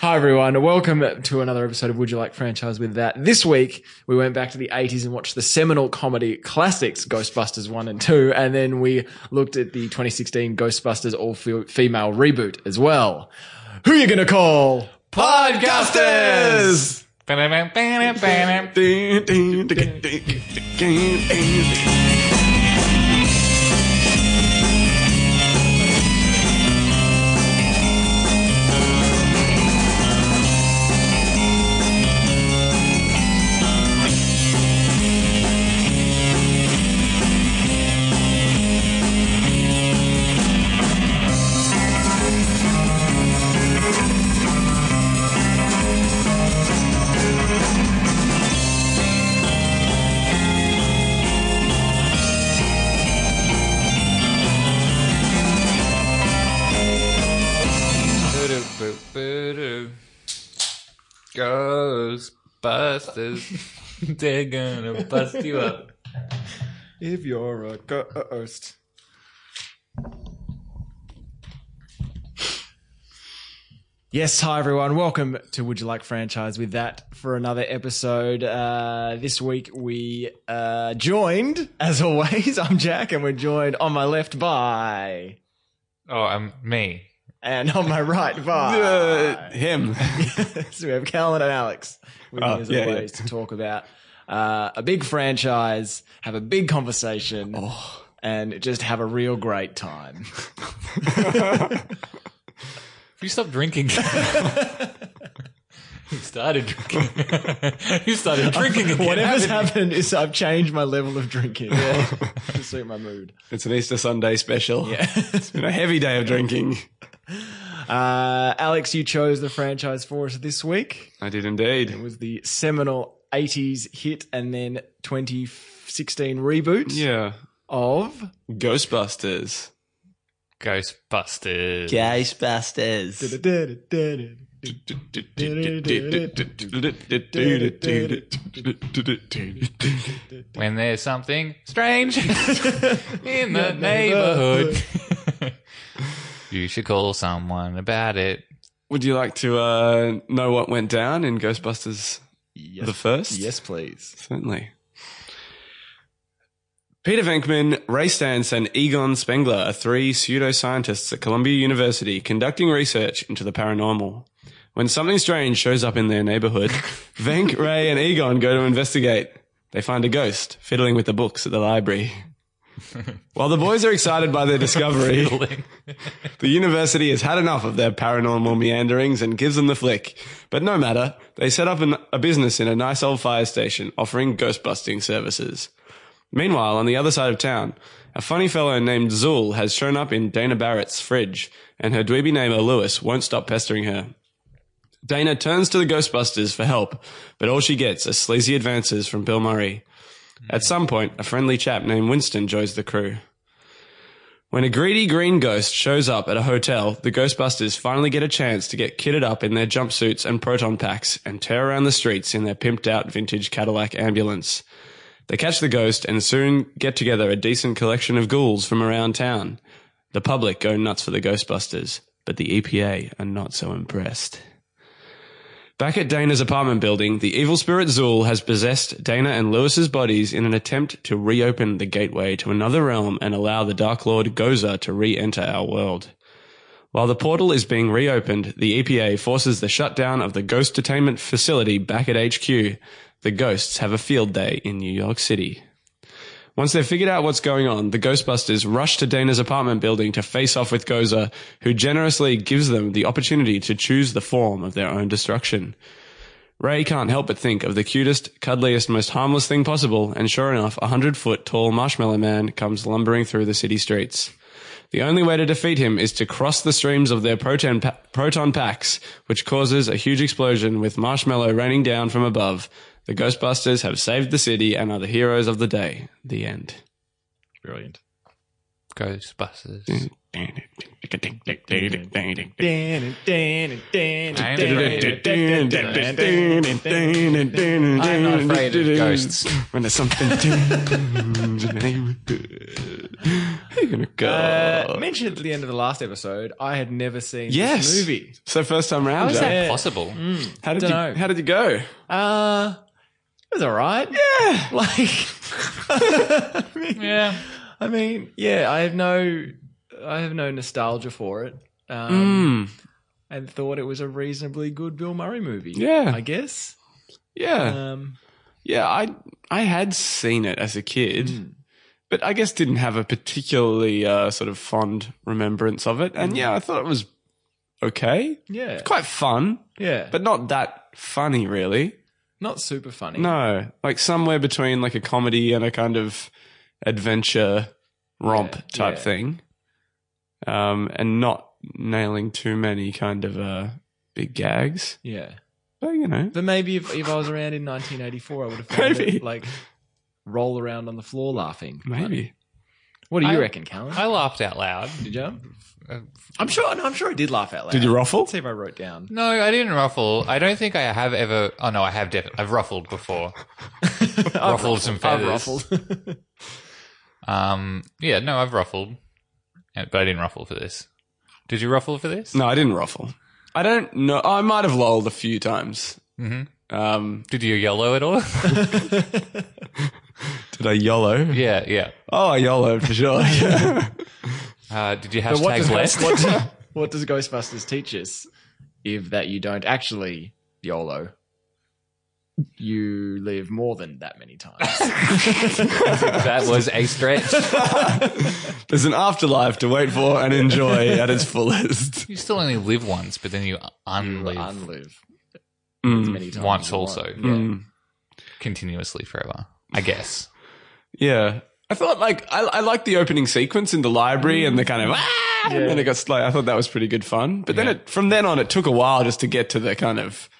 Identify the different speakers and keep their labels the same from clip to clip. Speaker 1: Hi, everyone. Welcome to another episode of Would You Like Franchise with That. This week, we went back to the 80s and watched the seminal comedy classics Ghostbusters 1 and 2, and then we looked at the 2016 Ghostbusters all fe- female reboot as well. Who you going to call?
Speaker 2: Podcasters! Uh,
Speaker 3: Ghostbusters, they're gonna bust you up.
Speaker 1: If you're a ghost. Yes, hi everyone. Welcome to Would You Like Franchise with that for another episode. Uh, this week we uh, joined, as always, I'm Jack, and we're joined on my left by,
Speaker 3: Oh, I'm me.
Speaker 1: and on my right
Speaker 2: Uh,
Speaker 1: by.
Speaker 2: him.
Speaker 1: so we have Callan and Alex with me
Speaker 2: Oh,
Speaker 1: as
Speaker 2: yeah, yeah.
Speaker 1: always to talk about uh, a big franchise, have a big conversation,
Speaker 2: Oh.
Speaker 1: and just have a real great time.
Speaker 3: You stopped drinking. you started drinking. you started drinking again.
Speaker 1: Whatever's
Speaker 3: haven't
Speaker 1: happened is I've changed my level of drinking to suit my mood.
Speaker 2: It's an Easter Sunday special.
Speaker 1: Yeah.
Speaker 2: It's been a heavy day of drinking.
Speaker 1: Uh, Alex, you chose the franchise for us this week.
Speaker 2: I did
Speaker 1: It
Speaker 2: indeed.
Speaker 1: was the seminal 80s hit and then 2016 reboot
Speaker 2: Yeah.
Speaker 1: of
Speaker 2: Ghostbusters.
Speaker 3: you? Ghostbusters.
Speaker 2: Ghostbusters.
Speaker 3: When there's something strange in the neighborhood, you should call someone about it.
Speaker 2: Would you like to uh, know what went down in Ghostbusters the first?
Speaker 1: Yes, please.
Speaker 2: Certainly. Peter Venkman, Ray Stantz, and Egon Spengler are three pseudoscientists at Columbia University conducting research into the paranormal. When something strange shows up in their neighborhood, Venk, Ray, and Egon go to investigate. They find a ghost fiddling with the books at the library. While the boys are excited by their discovery, the university has had enough of their paranormal meanderings and gives them the flick. But no matter, they set up an, a business in a nice old fire station offering ghostbusting services. Meanwhile, on the other side of town, a funny fellow named Zool has shown up in Dana Barrett's fridge, and her dweeby neighbor Lewis won't stop pestering her. Dana turns to the Ghostbusters for help, but all she gets are sleazy advances from Bill Murray. At some point, a friendly chap named Winston joins the crew. When a greedy green ghost shows up at a hotel, the Ghostbusters finally get a chance to get kitted up in their jumpsuits and proton packs and tear around the streets in their pimped out vintage Cadillac ambulance. They catch the ghost and soon get together a decent collection of ghouls from around town. The public go nuts for the Ghostbusters, but the EPA are not so impressed. Back at Dana's apartment building, the evil spirit Zool has possessed Dana and Lewis's bodies in an attempt to reopen the gateway to another realm and allow the Dark Lord Goza to re-enter our world. While the portal is being reopened, the EPA forces the shutdown of the ghost detainment facility back at HQ. The ghosts have a field day in New York City. Once they've figured out what's going on, the Ghostbusters rush to Dana's apartment building to face off with Goza, who generously gives them the opportunity to choose the form of their own destruction. Ray can't help but think of the cutest, cuddliest, most harmless thing possible, and sure enough, a hundred foot tall marshmallow man comes lumbering through the city streets. The only way to defeat him is to cross the streams of their proton, pa- proton packs, which causes a huge explosion with marshmallow raining down from above. The Ghostbusters have saved the city and are the heroes of the day. The end.
Speaker 1: Brilliant.
Speaker 3: Ghostbusters.
Speaker 1: Uh,
Speaker 2: I'm
Speaker 3: not afraid of ghosts.
Speaker 2: When there's something How gonna go?
Speaker 1: Uh, mentioned at the end of the last episode, I had never seen
Speaker 2: yes. Hmm.
Speaker 1: this movie.
Speaker 2: So first time round.
Speaker 1: is
Speaker 2: Jack.
Speaker 1: that- Yeah.
Speaker 3: Possible.
Speaker 2: How did you?
Speaker 1: Dunno.
Speaker 2: How did you go?
Speaker 1: Uh, it was all right.
Speaker 2: Yeah.
Speaker 1: Like, I mean,
Speaker 3: Mm, Yeah.
Speaker 1: I mean, yeah, I have no, I have no nostalgia for it, um,
Speaker 2: Mm.
Speaker 1: and thought it was a reasonably good Bill Murray movie.
Speaker 2: Yeah.
Speaker 1: I guess.
Speaker 2: Yeah.
Speaker 1: Um,
Speaker 2: Yeah. I I had seen it as a kid.
Speaker 1: Mm.
Speaker 2: But I guess didn't have a particularly uh, sort of fond remembrance of it, and yeah, I thought it was okay,
Speaker 1: yeah,
Speaker 2: quite fun,
Speaker 1: yeah, but
Speaker 2: but not that funny, really.
Speaker 1: not super funny.
Speaker 2: No, like somewhere between like a comedy and a kind of adventure romp
Speaker 1: Yeah,
Speaker 2: type
Speaker 1: yeah.
Speaker 2: thing, um, and not nailing too many kind of uh, big gags.
Speaker 1: Yeah,
Speaker 2: But you know,
Speaker 1: but maybe if, if I was around in 1984, I would have found
Speaker 2: Maybe.
Speaker 1: it, like roll around on the floor laughing.
Speaker 2: maybe
Speaker 1: What do you
Speaker 3: I-
Speaker 1: reckon, Callum?
Speaker 3: I laughed out loud.
Speaker 1: did you?
Speaker 3: Uh,
Speaker 1: I'm sure. No, I'm sure I did laugh out loud.
Speaker 2: did you ruffle?
Speaker 1: Let's see if I wrote down.
Speaker 3: No, I didn't ruffle. I don't think I have ever. Oh no, I have definitely. I've ruffled before. ruffled some
Speaker 1: I've
Speaker 3: feathers.
Speaker 1: ruffled.
Speaker 3: Um. Yeah. No, I've ruffled, Yeah, but I didn't ruffle for this. Did you ruffle for this?
Speaker 2: No, I didn't ruffle. I don't know. I might have lolled a few times.
Speaker 3: hmm
Speaker 2: Um,
Speaker 3: Did you yellow at all?
Speaker 2: did I yellow?
Speaker 3: yeah. Yeah.
Speaker 2: Oh, I yellowed for sure.
Speaker 3: Uh, did you
Speaker 1: But what
Speaker 3: hashtag
Speaker 1: does,
Speaker 3: blessed?
Speaker 1: what, does- what does Ghostbusters teach us? If that you don't actually YOLO, you live more than that many times.
Speaker 3: that was a stretch.
Speaker 2: There's an afterlife to wait for and enjoy at its fullest.
Speaker 3: You still only live once, but then you unlive
Speaker 1: Unlive as
Speaker 2: Mm,
Speaker 1: many times.
Speaker 3: once
Speaker 1: as you want.
Speaker 3: also
Speaker 2: mm.
Speaker 3: continuously forever. I guess.
Speaker 2: Yeah. I thought like I, I liked the opening sequence in the library and the kind of ah, and then it got slow. I thought that was pretty good fun. But then
Speaker 3: Yeah.
Speaker 2: it from then on it took a while just to get to the kind of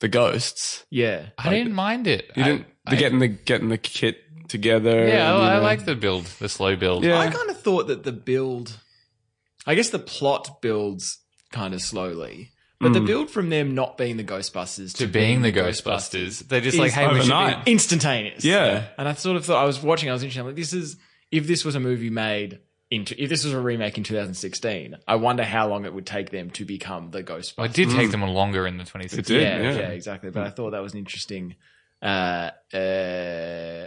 Speaker 2: the ghosts.
Speaker 1: Yeah.
Speaker 3: I didn't mind it.
Speaker 2: You
Speaker 3: I-
Speaker 2: didn't
Speaker 3: I-
Speaker 2: the getting the getting the kit together.
Speaker 3: yeah,
Speaker 2: and, you
Speaker 3: I, I
Speaker 2: know.
Speaker 3: like the build, the slow build.
Speaker 2: Yeah.
Speaker 1: I kind of thought that the build, I guess the plot builds kind of slowly, but the
Speaker 2: Mm.
Speaker 1: build from them not being the Ghostbusters
Speaker 3: Hmm. To being the Ghostbusters, they're just
Speaker 1: Mm. Is
Speaker 3: like, hey, we should be-
Speaker 2: overnight.
Speaker 1: instantaneous.
Speaker 2: Yeah.
Speaker 1: And I sort of thought I was watching. I was interested. I'm Like this is if this was a movie made into if this was a remake in 2016. I wonder how long it would take them to become the
Speaker 3: Well, Oh, it
Speaker 1: Ghostbusters.
Speaker 3: did take them longer in the 2016.
Speaker 2: It did,
Speaker 1: yeah,
Speaker 2: yeah.
Speaker 1: exactly. But I thought that was an interesting uh, uh,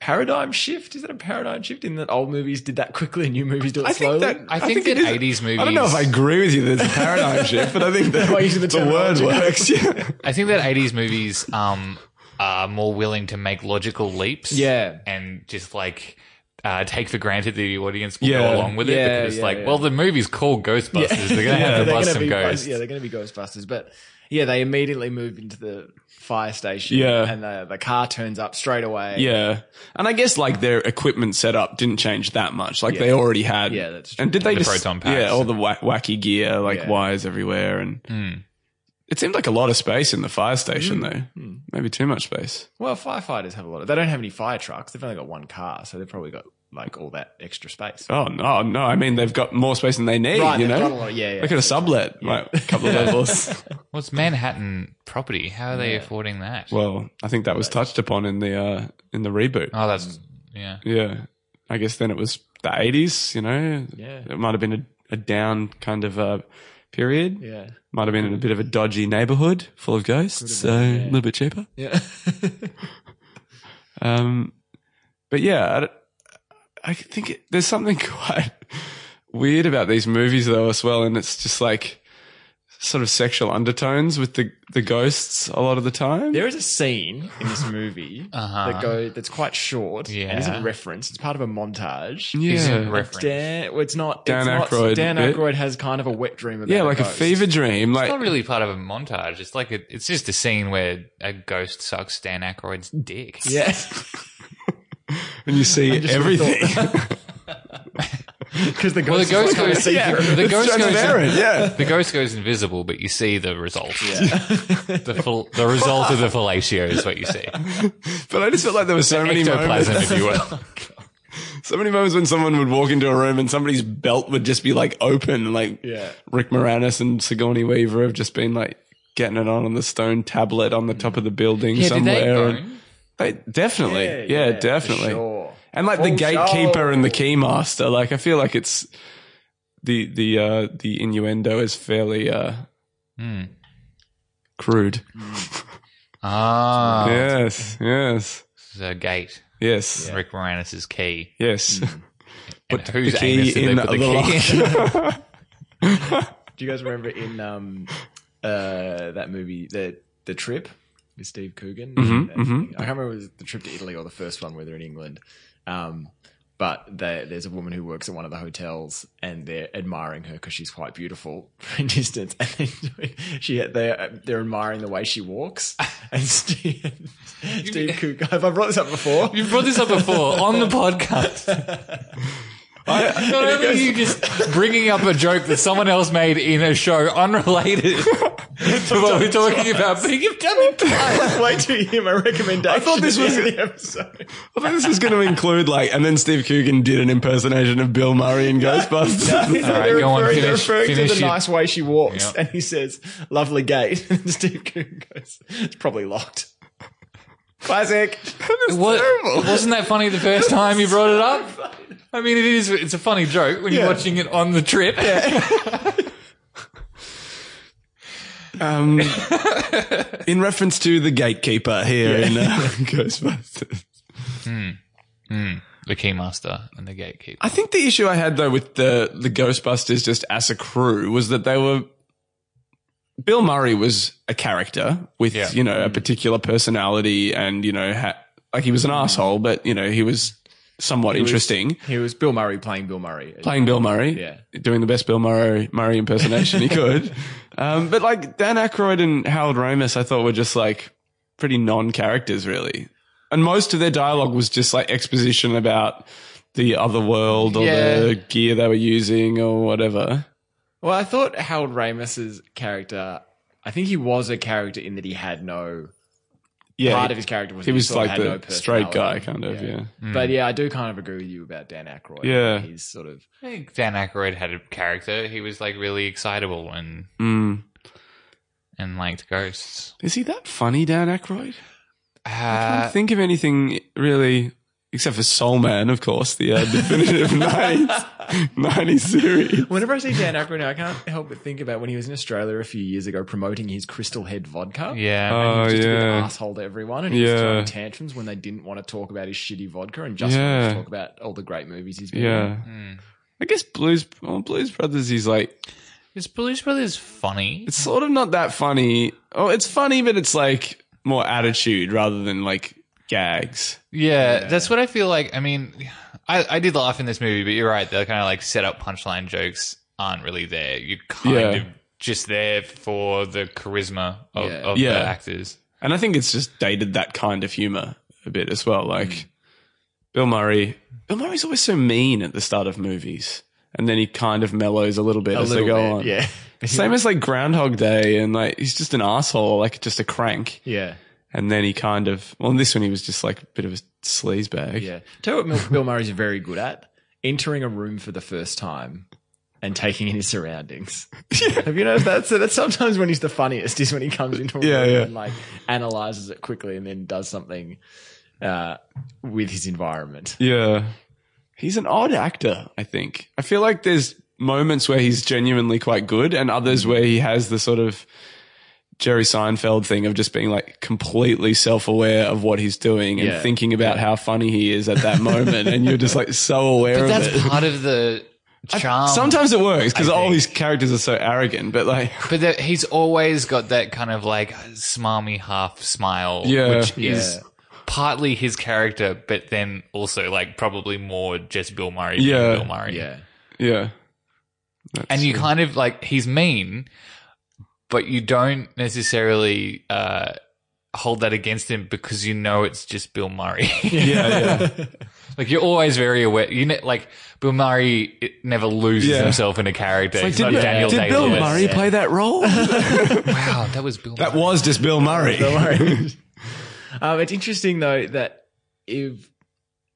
Speaker 1: paradigm shift. Is that a paradigm shift in that old movies did that quickly and new movies do it
Speaker 2: I think
Speaker 1: slowly?
Speaker 2: that
Speaker 3: I think
Speaker 2: it
Speaker 3: that
Speaker 2: is-
Speaker 3: 80s movies.
Speaker 2: I don't know if I agree with you. There's a paradigm shift, but I think that
Speaker 1: Why using the
Speaker 2: the word
Speaker 1: terminology?
Speaker 2: works. Yeah.
Speaker 3: I think that 80s movies um, are more willing to make logical leaps.
Speaker 1: yeah.
Speaker 3: And just like uh, take for granted the audience will
Speaker 2: Yeah.
Speaker 3: go along with
Speaker 1: Yeah,
Speaker 3: it because,
Speaker 1: yeah,
Speaker 3: like,
Speaker 1: yeah.
Speaker 3: well, the movie's called Ghostbusters. They're going to have
Speaker 1: they're
Speaker 3: to bust
Speaker 1: gonna
Speaker 3: some
Speaker 1: be
Speaker 3: ghosts.
Speaker 1: Yeah, they're going to be Ghostbusters. But yeah, they immediately move into the fire station.
Speaker 2: Yeah.
Speaker 1: and the, the car turns up straight away.
Speaker 2: Yeah. And I guess like their equipment setup didn't change that much. Like
Speaker 1: Yeah.
Speaker 2: they already had.
Speaker 1: Yeah, that's true.
Speaker 2: And did they
Speaker 3: The
Speaker 2: just
Speaker 3: proton packs.
Speaker 2: Yeah, all the wa- wacky gear, like
Speaker 1: Yeah.
Speaker 2: wires everywhere, and
Speaker 3: Hmm.
Speaker 2: it seemed like a lot of space in the fire station, though.
Speaker 1: Hmm.
Speaker 2: Maybe too much space.
Speaker 1: Well, firefighters have a lot of. They don't have any fire trucks. They've only got one car, so they've probably got like all that extra space.
Speaker 2: Oh no, no. I mean, they've got more space than they need.
Speaker 1: right,
Speaker 2: you
Speaker 1: they've got a
Speaker 2: know,
Speaker 1: lot. Of, yeah, yeah.
Speaker 2: they could have sublet like a couple of levels.
Speaker 3: Well, it's Manhattan property. How are they affording that?
Speaker 2: well, I think that was touched upon in the uh, in the reboot.
Speaker 3: oh, that's. Yeah.
Speaker 2: Yeah, I guess then it was the eighties. You know,
Speaker 1: Yeah.
Speaker 2: it might have been a, a down kind of uh, period.
Speaker 1: yeah,
Speaker 2: Might have been in a bit of a dodgy neighborhood full of ghosts, so
Speaker 1: been,
Speaker 2: a
Speaker 1: yeah.
Speaker 2: little bit cheaper.
Speaker 1: yeah.
Speaker 2: Um, but yeah, I d- I, think it, there's something quite weird about these movies though as well, and it's just like sort of sexual undertones with the the ghosts a lot of the time.
Speaker 1: there is a scene in this movie
Speaker 3: Uh-huh.
Speaker 1: that go that's quite short
Speaker 3: Yeah.
Speaker 1: and isn't referenced. It's part of a montage.
Speaker 3: Isn't
Speaker 2: yeah.
Speaker 3: referenced.
Speaker 1: Dan, well, it's not.
Speaker 2: Dan
Speaker 1: it's not-
Speaker 2: Aykroyd
Speaker 1: Dan
Speaker 2: bit.
Speaker 1: Aykroyd has kind of a wet dream about
Speaker 2: Yeah, like a
Speaker 1: ghost.
Speaker 2: fever dream.
Speaker 3: It's not
Speaker 2: Like
Speaker 3: really part of a montage. It's like a, it's just a scene where a ghost sucks Dan Aykroyd's dick.
Speaker 1: Yeah,
Speaker 2: when you see
Speaker 1: just
Speaker 2: everything.
Speaker 1: because the
Speaker 3: Well, the
Speaker 1: ghost, is
Speaker 3: ghost goes.
Speaker 1: like
Speaker 3: Yeah, the
Speaker 2: It's
Speaker 3: ghost goes.
Speaker 2: transparent, yeah.
Speaker 3: The ghost goes invisible, but you see the result.
Speaker 1: yeah.
Speaker 3: The, fel- the result of the fellatio is what you see.
Speaker 2: But I just felt like there were so many moments.
Speaker 3: Ectoplasm, if you will.
Speaker 2: So many moments when someone would walk into a room and somebody's belt would just be like open, like
Speaker 1: Yeah.
Speaker 2: Rick Moranis and Sigourney Weaver have just been like getting it on on the stone tablet on the top of the building somewhere. and they definitely, yeah,
Speaker 1: for
Speaker 2: definitely.
Speaker 1: sure.
Speaker 2: And like the
Speaker 1: Full
Speaker 2: gatekeeper
Speaker 1: show.
Speaker 2: and the keymaster, like I feel like it's the the uh the innuendo is fairly uh
Speaker 3: Hmm.
Speaker 2: crude.
Speaker 3: Ah,
Speaker 2: Yes, yes,
Speaker 3: so gate.
Speaker 2: yes,
Speaker 3: Rick Moranis' key.
Speaker 2: yes.
Speaker 3: And
Speaker 2: Put
Speaker 3: whose
Speaker 2: the key
Speaker 3: anus did
Speaker 2: in
Speaker 3: they put the
Speaker 2: the lock.
Speaker 3: key in?
Speaker 1: Do you guys remember in um, uh, that movie, the the trip with Steve Coogan?
Speaker 2: Mhm,
Speaker 1: That-
Speaker 2: mhm.
Speaker 1: I can't remember if it was the trip to Italy or the first one where they're in England. Um, but there there's a woman who works at one of the hotels, and they're admiring her because she's quite beautiful from a distance. And then she they're they're admiring the way she walks. And Steve, Steve Coogan, have I brought this up before?
Speaker 3: You brought this up before on the podcast. I, not only are you just bringing up a joke that someone else made in a show unrelated to what we're talking about, but you've done it twice.
Speaker 1: Way too hear my recommendation. I
Speaker 2: thought this was-
Speaker 1: the episode.
Speaker 2: I thought this was going to include like, and then Steve Coogan did an impersonation of Bill Murray in Ghostbusters.
Speaker 1: They're
Speaker 3: right, go on,
Speaker 1: referring, they're
Speaker 3: finish-
Speaker 1: referring
Speaker 3: finish
Speaker 1: to the
Speaker 3: your-
Speaker 1: nice way she walks,
Speaker 3: Yeah.
Speaker 1: and he says, "Lovely gate." And Steve Coogan goes, "It's probably locked." Classic.
Speaker 3: What, wasn't that funny the first time you brought it up? I mean, it is. It's a funny joke when you're
Speaker 1: Yeah.
Speaker 3: watching it on the trip.
Speaker 2: um, in reference to the gatekeeper here in uh, Ghostbusters.
Speaker 3: Hmm. The keymaster and the gatekeeper.
Speaker 2: I think the issue I had though with the the Ghostbusters just as a crew was that they were Bill Murray was a character with
Speaker 3: Yeah.
Speaker 2: you know a particular personality and you know ha- like he was an asshole but you know he was somewhat interesting
Speaker 1: He was Bill Murray playing Bill Murray.
Speaker 2: playing Bill Murray
Speaker 1: Yeah.
Speaker 2: doing the best Bill Murray Murray impersonation he could um, but like Dan Aykroyd and Harold Ramis I thought were just like pretty non characters really and most of their dialogue was just like exposition about the other world or
Speaker 1: Yeah.
Speaker 2: the gear they were using or whatever.
Speaker 1: Well, I thought Harold Ramis's character. I think he was a character in that he had no
Speaker 2: Yeah,
Speaker 1: part of his character was
Speaker 2: he
Speaker 1: that
Speaker 2: was
Speaker 1: sort of
Speaker 2: like
Speaker 1: had no
Speaker 2: the straight guy
Speaker 1: personality.
Speaker 2: kind of. Yeah,
Speaker 3: Hmm.
Speaker 1: But yeah, I do kind of agree with you about Dan Aykroyd.
Speaker 2: Yeah.
Speaker 1: he's sort of
Speaker 3: I think Dan Aykroyd had a character. He was like really excitable and
Speaker 2: Mm.
Speaker 3: and liked ghosts.
Speaker 2: is he that funny, Dan Aykroyd? I
Speaker 3: Uh,
Speaker 2: can't think of anything really. Except for Soul Man, of course, the uh, definitive 90s, 90s series.
Speaker 1: Whenever I see Dan Aykroyd now, I can't help but think about when he was in Australia a few years ago promoting his Crystal Head vodka.
Speaker 3: yeah,
Speaker 1: And he was
Speaker 2: Oh,
Speaker 1: just a big
Speaker 2: yeah.
Speaker 1: asshole to everyone, and he
Speaker 2: Yeah.
Speaker 1: was throwing tantrums when they didn't want to talk about his shitty vodka and just wanted
Speaker 2: Yeah.
Speaker 1: to talk about all the great movies he's been in.
Speaker 2: Yeah.
Speaker 3: Mm.
Speaker 2: I guess Blues, well, Blues Brothers, he's like,
Speaker 3: Is Blues Brothers funny?
Speaker 2: it's sort of not that funny. Oh, it's funny, but it's like more attitude rather than like gags.
Speaker 3: Yeah, that's what I feel like. I mean, I, I did laugh in this movie, but you're right. The kind of like set up punchline jokes aren't really there. You're kind
Speaker 2: Yeah.
Speaker 3: of just there for the charisma of,
Speaker 1: Yeah.
Speaker 3: of
Speaker 2: Yeah.
Speaker 3: the actors.
Speaker 2: And I think it's just dated that kind of humor a bit as well. Like Bill Murray, Bill Murray's always so mean at the start of movies, and then he kind of mellows a little bit
Speaker 1: A
Speaker 2: as
Speaker 1: little
Speaker 2: they go
Speaker 1: bit,
Speaker 2: on.
Speaker 1: yeah,
Speaker 2: Same as like Groundhog Day, and like he's just an asshole, like just a crank.
Speaker 1: yeah,
Speaker 2: And then he kind of, well, in this one he was just like a bit of a sleaze bag.
Speaker 1: yeah. Tell you what, Mil- Bill Murray's very good at entering a room for the first time and taking in his surroundings. Have you noticed that? So that's sometimes when he's the funniest is when he comes into a room
Speaker 2: Yeah, yeah.
Speaker 1: and like analyzes it quickly and then does something uh, with his environment.
Speaker 2: Yeah. He's an odd actor, I think. I feel like there's moments where he's genuinely quite good and others where he has the sort of Jerry Seinfeld thing of just being like completely self aware of what he's doing and
Speaker 1: Yeah.
Speaker 2: thinking about how funny he is at that moment. and you're just like so aware
Speaker 3: But
Speaker 2: of
Speaker 3: that's
Speaker 2: it.
Speaker 3: part of the charm.
Speaker 2: Sometimes it works because
Speaker 3: I
Speaker 2: all
Speaker 3: think.
Speaker 2: his characters are so arrogant, but like,
Speaker 3: But that he's always got that kind of like smarmy half smile,
Speaker 2: Yeah.
Speaker 3: which
Speaker 1: Yeah.
Speaker 3: is partly his character, but then also like probably more just Bill Murray. being
Speaker 2: Yeah.
Speaker 3: Bill Murray.
Speaker 1: Yeah.
Speaker 2: yeah.
Speaker 3: and you kind of like he's mean, but you don't necessarily uh, hold that against him because you know it's just Bill Murray.
Speaker 2: Yeah, yeah.
Speaker 3: like you're always very aware. You ne- like Bill Murray it never loses
Speaker 2: Yeah.
Speaker 3: himself in a character.
Speaker 2: Like,
Speaker 3: He's
Speaker 2: did
Speaker 3: not Daniel
Speaker 2: did
Speaker 3: Day
Speaker 2: Bill
Speaker 3: Lewis.
Speaker 2: Murray play that role? that
Speaker 3: Wow, that was Bill. Murray.
Speaker 2: was just Bill Murray.
Speaker 1: Don't worry. um, it's interesting though that if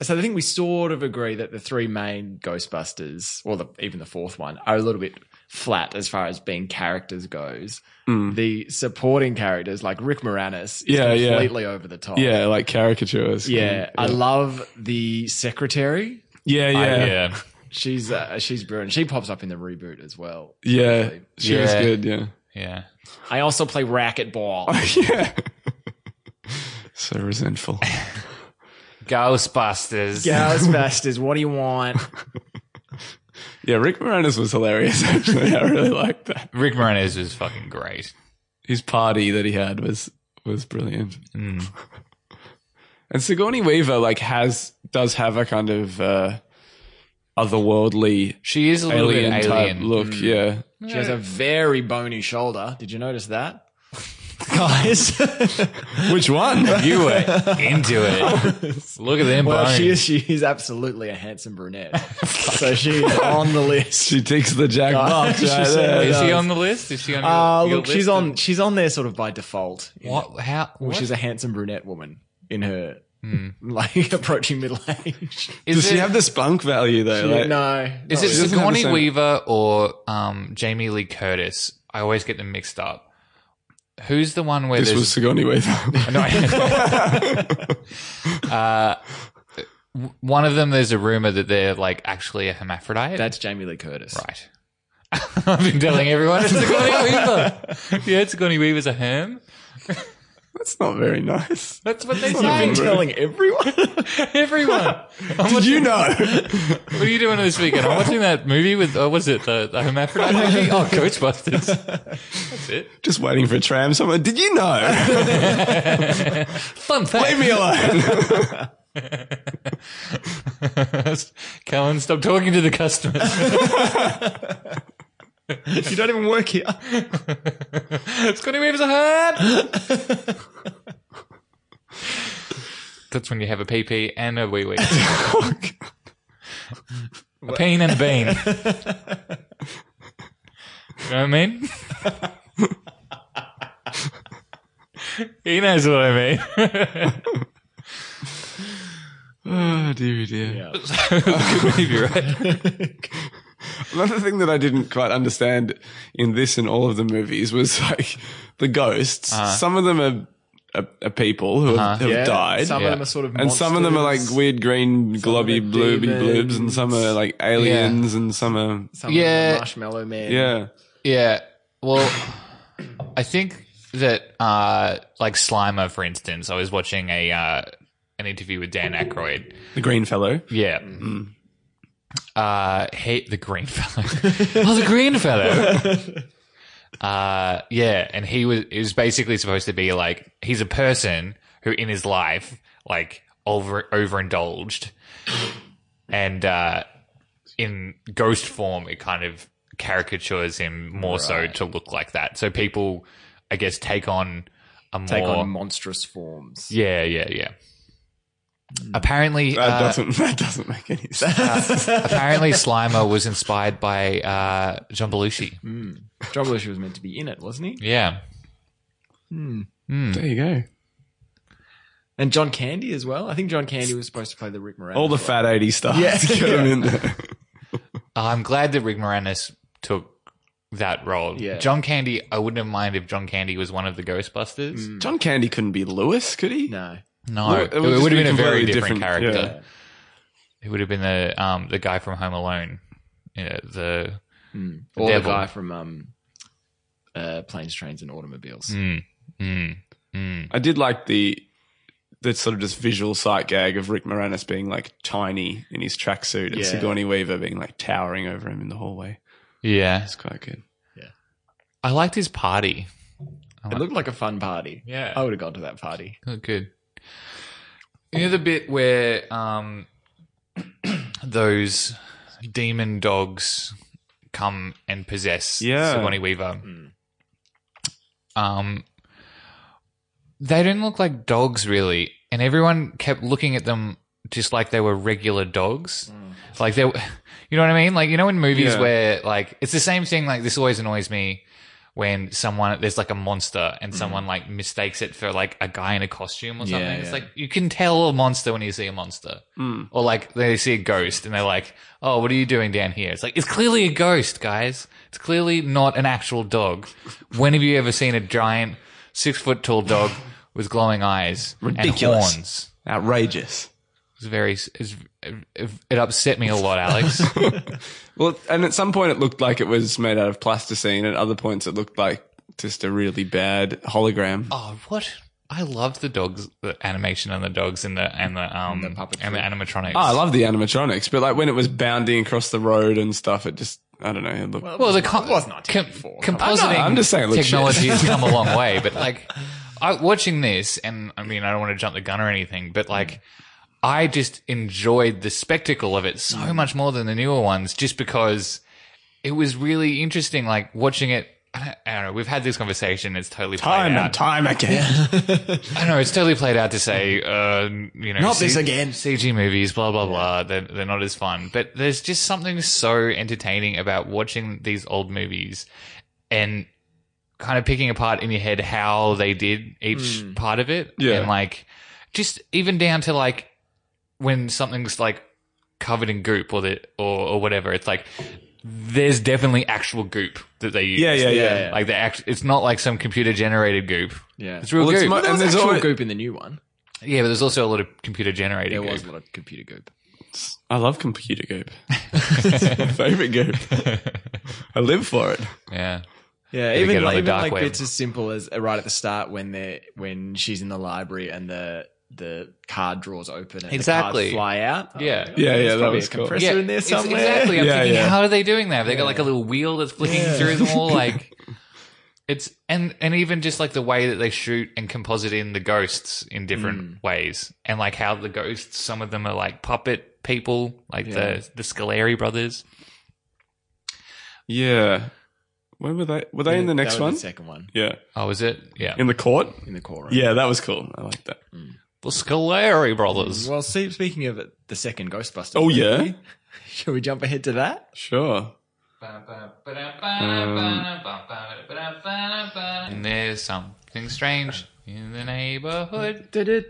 Speaker 1: So I think we sort of agree that the three main Ghostbusters, or the, even the fourth one, are a little bit flat as far as being characters goes. The supporting characters, like Rick Moranis, is
Speaker 2: Yeah, yeah.
Speaker 1: completely over the top.
Speaker 3: Oh.
Speaker 2: Yeah, like caricatures.
Speaker 1: Yeah, I love the secretary.
Speaker 2: Yeah, yeah,
Speaker 3: Yeah.
Speaker 2: yeah.
Speaker 1: She's uh, she's brilliant. She pops up in the reboot as well.
Speaker 2: She was
Speaker 3: Yeah.
Speaker 2: good, yeah.
Speaker 3: Yeah.
Speaker 1: I also play racquetball.
Speaker 2: yeah. so resentful.
Speaker 3: Ghostbusters.
Speaker 1: Ghostbusters, what do you want?
Speaker 2: Yeah, Rick Moranis was hilarious, actually. I really liked that.
Speaker 3: Rick Moranis was fucking great.
Speaker 2: His party that he had was was brilliant.
Speaker 3: Mm.
Speaker 2: And Sigourney Weaver, like, has does have a kind of uh, otherworldly
Speaker 3: She is a little
Speaker 2: alien,
Speaker 3: bit
Speaker 2: type
Speaker 3: alien. Hmm.
Speaker 2: look. Yeah.
Speaker 1: She has a very bony shoulder. Did you notice that? Guys.
Speaker 2: Which one?
Speaker 3: You were into it. Look at them
Speaker 1: well,
Speaker 3: bones.
Speaker 1: she is she is absolutely a handsome brunette. so she is on the list.
Speaker 2: she ticks the jackpot
Speaker 1: She
Speaker 2: right
Speaker 1: said-
Speaker 2: there.
Speaker 3: Is she on the list? Is she on? Your,
Speaker 1: Uh,
Speaker 3: your
Speaker 1: look,
Speaker 3: list
Speaker 1: she's
Speaker 3: of-
Speaker 1: on she's on there sort of by default.
Speaker 3: What? How?
Speaker 1: Well,
Speaker 3: What?
Speaker 1: she's a handsome brunette woman in her
Speaker 2: Hmm.
Speaker 1: like approaching middle age.
Speaker 2: Does
Speaker 3: is
Speaker 2: she
Speaker 3: it-
Speaker 2: have the spunk value though?
Speaker 1: no,
Speaker 2: Like-
Speaker 1: not
Speaker 3: Is it
Speaker 2: doesn't have the
Speaker 3: Sigourney
Speaker 2: same-
Speaker 3: Weaver or um, Jamie Lee Curtis? I always get them mixed up. Who's the one where
Speaker 2: This was
Speaker 3: there's
Speaker 2: Sigourney Weaver.
Speaker 3: no, uh, w- one of them? There's a rumor that they're like actually a hermaphrodite.
Speaker 1: That's Jamie Lee Curtis.
Speaker 3: right. I've been telling everyone it's Sigourney Weaver. Yeah, Sigourney Weaver's a herm.
Speaker 2: That's not very nice.
Speaker 3: That's what they
Speaker 1: I've been
Speaker 3: say.
Speaker 1: telling everyone.
Speaker 3: Everyone.
Speaker 2: Did you know?
Speaker 3: What are you doing this weekend? I'm watching that movie with, oh, was it the, the hermaphrodite movie? Oh, Ghostbusters. That's it.
Speaker 2: Just waiting for a tram somewhere. Did you know?
Speaker 3: Fun fact.
Speaker 2: Leave me alone.
Speaker 3: Callan, stop talking to the customers.
Speaker 1: you don't even work here.
Speaker 2: Oh,
Speaker 3: it's Connie Weaver's a herd. That's when you have a pee pee and a wee wee. a peen and a bean. you know what I mean? he knows what I mean.
Speaker 2: oh, dear, dear.
Speaker 3: Maybe right.
Speaker 2: Another thing that I didn't quite understand in this and all of the movies was like the ghosts. Some of them are, are, are people who have, have
Speaker 1: Yeah,
Speaker 2: died.
Speaker 1: Some
Speaker 3: Yeah.
Speaker 1: of them are sort of
Speaker 2: and some of them are like
Speaker 1: monsters.
Speaker 2: weird green
Speaker 1: are
Speaker 2: globby blooby bloobs, and
Speaker 1: demons.
Speaker 2: some are like aliens, and some are
Speaker 1: Some of them are
Speaker 3: Yeah.
Speaker 1: marshmallow man.
Speaker 2: yeah.
Speaker 3: Yeah. Well, I think that uh, like Slimer, for instance, I was watching a uh, an interview with Dan Aykroyd.
Speaker 2: The green fellow.
Speaker 3: Yeah.
Speaker 1: Mm-hmm.
Speaker 3: Uh, hate the green fellow. oh, the green fellow. uh, yeah, and he was it was basically supposed to be like he's a person who in his life like over overindulged, and uh, in ghost form it kind of caricatures him more so to look like that. So people, I guess, take on a more
Speaker 1: Take on monstrous forms.
Speaker 3: yeah, yeah, yeah.
Speaker 1: Mm.
Speaker 3: Apparently,
Speaker 2: That
Speaker 3: uh,
Speaker 2: doesn't that doesn't make any sense.
Speaker 3: Apparently, Slimer was inspired by uh, John Belushi.
Speaker 2: Mm.
Speaker 1: John Belushi was meant to be in it, wasn't he?
Speaker 3: Yeah.
Speaker 2: there you go.
Speaker 1: And John Candy as well. I think John Candy was supposed to play the Rick Moranis.
Speaker 2: All the fat eighty stuff.
Speaker 1: Yeah.
Speaker 2: Get 'em in there.
Speaker 3: I'm glad that Rick Moranis took that role.
Speaker 1: Yeah.
Speaker 3: John Candy, I wouldn't have minded if John Candy was one of the Ghostbusters.
Speaker 2: John Candy couldn't be Lewis, could he?
Speaker 1: no.
Speaker 3: No,
Speaker 2: Mm. Well,
Speaker 3: it,
Speaker 2: it would just
Speaker 3: would have
Speaker 2: be
Speaker 3: been a very
Speaker 2: completely
Speaker 3: different,
Speaker 2: different,
Speaker 3: character. It would have been the um, the guy from Home Alone. Yeah, the
Speaker 1: Or hmm, the
Speaker 3: Devil.
Speaker 1: guy from um, uh, Planes, Trains, and Automobiles.
Speaker 3: mm,
Speaker 2: I did like the the sort of just visual sight gag of Rick Moranis being like tiny in his tracksuit and
Speaker 1: Yeah.
Speaker 2: Sigourney Weaver being like towering over him in the hallway.
Speaker 3: Yeah.
Speaker 2: It's quite good.
Speaker 3: I liked his party.
Speaker 1: It looked like a fun party.
Speaker 3: Yeah.
Speaker 1: I would have gone to that party.
Speaker 3: Oh, good. You know the bit where um, those demon dogs come and possess
Speaker 2: Yeah. Mm.
Speaker 3: Sigourney Weaver. Um, they didn't look like dogs really, and everyone kept looking at them just like they were regular dogs. Like they, were- you know what I mean? Like you know in movies
Speaker 2: Mm. Yeah.
Speaker 3: where like it's the same thing. Like this always annoys me when someone there's like a monster and someone like mistakes it for like a guy in a costume or something.
Speaker 1: Yeah,
Speaker 3: It's
Speaker 1: yeah.
Speaker 3: like you can tell a monster when you see a monster, or like they see a ghost and they're like, "Oh, what are you doing down here?" It's like it's clearly a ghost, guys. It's clearly not an actual dog. When have you ever seen a giant six foot tall dog with glowing eyes
Speaker 2: Ridiculous.
Speaker 3: and horns?
Speaker 2: Outrageous.
Speaker 3: It's very. It's, it, it upset me a lot, Alex.
Speaker 2: Well, and at some point it looked like it was made out of plasticine. At other points it looked like just a really bad hologram.
Speaker 3: oh, what? I loved the dogs, the animation and the dogs and the and the um and the,
Speaker 1: puppetry.
Speaker 3: animatronics.
Speaker 2: Oh, I love the animatronics, but like when it was bounding across the road and stuff, it just, I don't know. It looked,
Speaker 3: well, the com-
Speaker 1: It was 1984.
Speaker 3: com-
Speaker 2: I'm not-
Speaker 3: compositing
Speaker 2: I'm just saying it looks
Speaker 3: technology has come a long way, but like I, watching this, and I mean, I don't want to jump the gun or anything, but like I just enjoyed the spectacle of it
Speaker 2: Mm.
Speaker 3: so much more than the newer ones, just because it was really interesting. Like watching it. I don't, I don't know. We've had this conversation. It's totally played
Speaker 2: time
Speaker 3: out.
Speaker 2: and time again.
Speaker 3: I know it's totally played out to say,
Speaker 2: Mm.
Speaker 3: uh, you know,
Speaker 1: Not this again.
Speaker 3: CG movies, blah blah blah. They're, they're not as fun, but there's just something so entertaining about watching these old movies and kind of picking apart in your head how they did each part of it,
Speaker 2: Mm. Yeah.
Speaker 3: and like just even down to like when something's like covered in goop or the or, or whatever. It's like there's definitely actual goop that they use.
Speaker 2: Yeah, yeah, yeah.
Speaker 1: Yeah.
Speaker 3: Like the act, it's not like some computer generated goop.
Speaker 1: Yeah.
Speaker 3: It's real
Speaker 2: Well, it's
Speaker 3: goop.
Speaker 2: mo-
Speaker 1: But there
Speaker 2: And
Speaker 1: was
Speaker 2: there's
Speaker 1: actual
Speaker 2: always-
Speaker 1: goop in the new one.
Speaker 3: Yeah, but there's also a lot of computer generated.
Speaker 1: There was a
Speaker 3: goop.
Speaker 1: lot of computer goop.
Speaker 2: I love computer goop. it's my favorite goop. I live for it.
Speaker 3: Yeah.
Speaker 1: Yeah,
Speaker 3: get
Speaker 1: even
Speaker 3: it on
Speaker 1: like,
Speaker 3: the
Speaker 1: even
Speaker 3: dark
Speaker 1: like
Speaker 3: web.
Speaker 1: bits as simple as uh, right at the start when they when she's in the library and the the card draws open and the
Speaker 3: Exactly.
Speaker 1: cards fly out.
Speaker 3: Yeah.
Speaker 1: Oh,
Speaker 2: Yeah, yeah,
Speaker 1: there's
Speaker 2: that
Speaker 1: probably
Speaker 2: was
Speaker 1: a
Speaker 2: cool.
Speaker 1: compressor
Speaker 3: yeah
Speaker 1: in there
Speaker 3: it's-
Speaker 1: somewhere.
Speaker 3: Exactly. I'm
Speaker 2: Yeah,
Speaker 3: thinking,
Speaker 2: yeah.
Speaker 3: how are they doing that? They got like a little wheel that's flicking through them all, like. It's and and even just like the way that they shoot and composite in the ghosts in different
Speaker 1: Mm.
Speaker 3: ways, and like how the ghosts, some of them are like puppet people, like
Speaker 1: Yeah.
Speaker 3: the the Scaleri brothers.
Speaker 2: Yeah. When were they? Were they in the
Speaker 1: That
Speaker 2: next
Speaker 1: was
Speaker 2: one?
Speaker 1: The second one
Speaker 2: yeah.
Speaker 3: Oh, is it? Yeah,
Speaker 2: In the court?
Speaker 1: in the core.
Speaker 2: Yeah, that was cool. I like that.
Speaker 3: the Scaleri brothers.
Speaker 1: Well, see, speaking of it, the second Ghostbusters.
Speaker 2: Oh, yeah?
Speaker 1: movie, Shall we jump ahead to that?
Speaker 2: Sure.
Speaker 1: Mm.
Speaker 3: And there's something strange in the neighborhood.
Speaker 2: The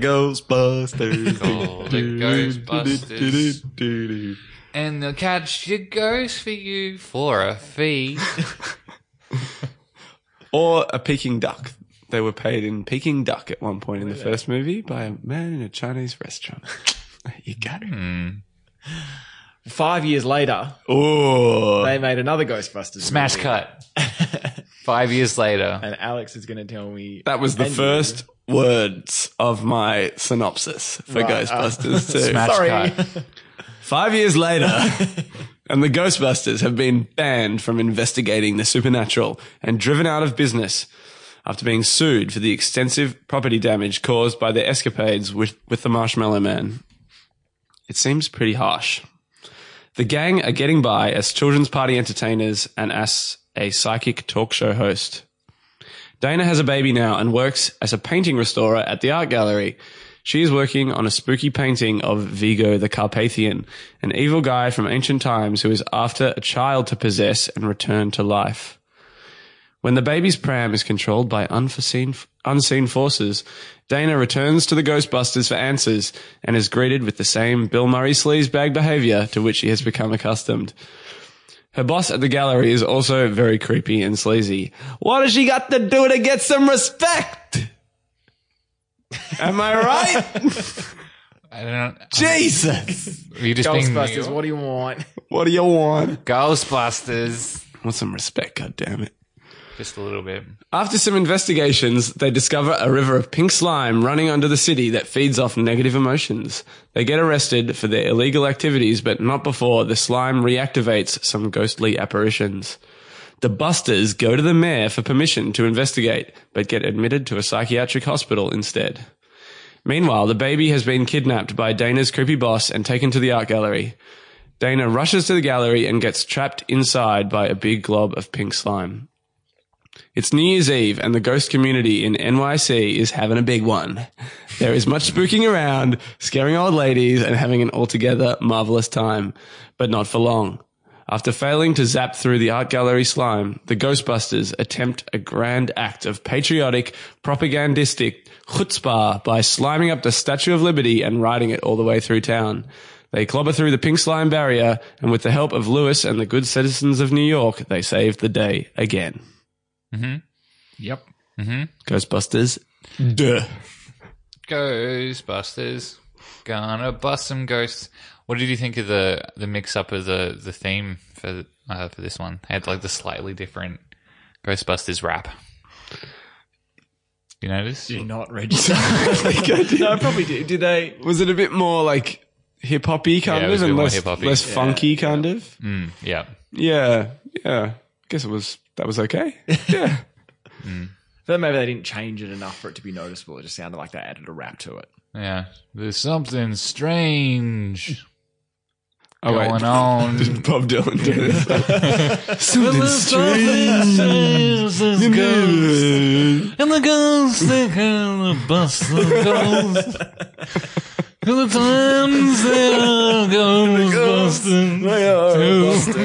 Speaker 2: Ghostbusters.
Speaker 3: Call Oh, the Ghostbusters. And they'll catch your ghost for you for a fee.
Speaker 2: Or a Peking duck. They were paid in Peking duck at one point in the first movie by a man in a Chinese restaurant. There you go.
Speaker 3: Hmm.
Speaker 1: Five years later,
Speaker 2: Oh,
Speaker 1: they made another Ghostbusters.
Speaker 3: Smash
Speaker 1: movie,
Speaker 3: cut. Five years later.
Speaker 1: And Alex is going to tell me
Speaker 2: that was the
Speaker 1: And-
Speaker 2: first words of my synopsis for
Speaker 1: Right, uh,
Speaker 2: Ghostbusters too.
Speaker 3: Smash
Speaker 1: Sorry.
Speaker 3: cut.
Speaker 2: Five years later, and the Ghostbusters have been banned from investigating the supernatural and driven out of business after being sued for the extensive property damage caused by their escapades with, with the Marshmallow Man. It seems pretty harsh. The gang are getting by as children's party entertainers and as a psychic talk show host. Dana has a baby now and works as a painting restorer at the art gallery. She is working on a spooky painting of Vigo the Carpathian, an evil guy from ancient times who is after a child to possess and return to life. When the baby's pram is controlled by unforeseen, unseen forces, Dana returns to the Ghostbusters for answers and is greeted with the same Bill Murray sleazebag behavior to which she has become accustomed. Her boss at the gallery is also very creepy and sleazy. What has she got to do to get some respect? Am I right?
Speaker 3: I don't know.
Speaker 2: Jesus.
Speaker 3: Are you just being New
Speaker 1: Ghostbusters.
Speaker 3: York?
Speaker 1: What do you want?
Speaker 2: What do you want?
Speaker 3: Ghostbusters.
Speaker 2: Want some respect, goddammit.
Speaker 3: Just a little bit.
Speaker 2: After some investigations, they discover a river of pink slime running under the city that feeds off negative emotions. They get arrested for their illegal activities, but not before the slime reactivates some ghostly apparitions. The busters go to the mayor for permission to investigate, but get admitted to a psychiatric hospital instead. Meanwhile, the baby has been kidnapped by Dana's creepy boss and taken to the art gallery. Dana rushes to the gallery and gets trapped inside by a big glob of pink slime. It's New Year's Eve, and the ghost community in NYC is having a big one. There is much spooking around, scaring old ladies, and having an altogether marvelous time, but not for long. After failing to zap through the art gallery slime, the Ghostbusters attempt a grand act of patriotic, propagandistic chutzpah by sliming up the Statue of Liberty and riding it all the way through town. They clobber through the pink slime barrier, and with the help of Lewis and the good citizens of New York, they save the day again.
Speaker 3: Yep.
Speaker 2: Ghostbusters. Duh.
Speaker 3: Ghostbusters. Gonna bust some ghosts. What did you think of the the mix up of the the theme for uh, for this one? It had like the slightly different Ghostbusters rap. You notice?
Speaker 1: You're not registered. no, I probably did. Did they?
Speaker 2: Was it a bit more like hip hoppy kind
Speaker 3: Yeah, it
Speaker 2: of
Speaker 3: was a bit
Speaker 2: and
Speaker 3: more
Speaker 2: less,
Speaker 3: hip-hoppy.
Speaker 2: less funky kind of?
Speaker 3: Mm, yeah.
Speaker 2: Yeah. Yeah. Guess it was that was okay. Yeah.
Speaker 1: Then maybe they didn't change it enough for it to be noticeable. It just sounded like they added a rap to it.
Speaker 3: Yeah. There's something strange
Speaker 2: oh wait.
Speaker 3: going on.
Speaker 2: Did Bob Dylan do this? Something strange.
Speaker 3: And the ghosts, they kind of bust the ghosts. And the times they are ghostbusting.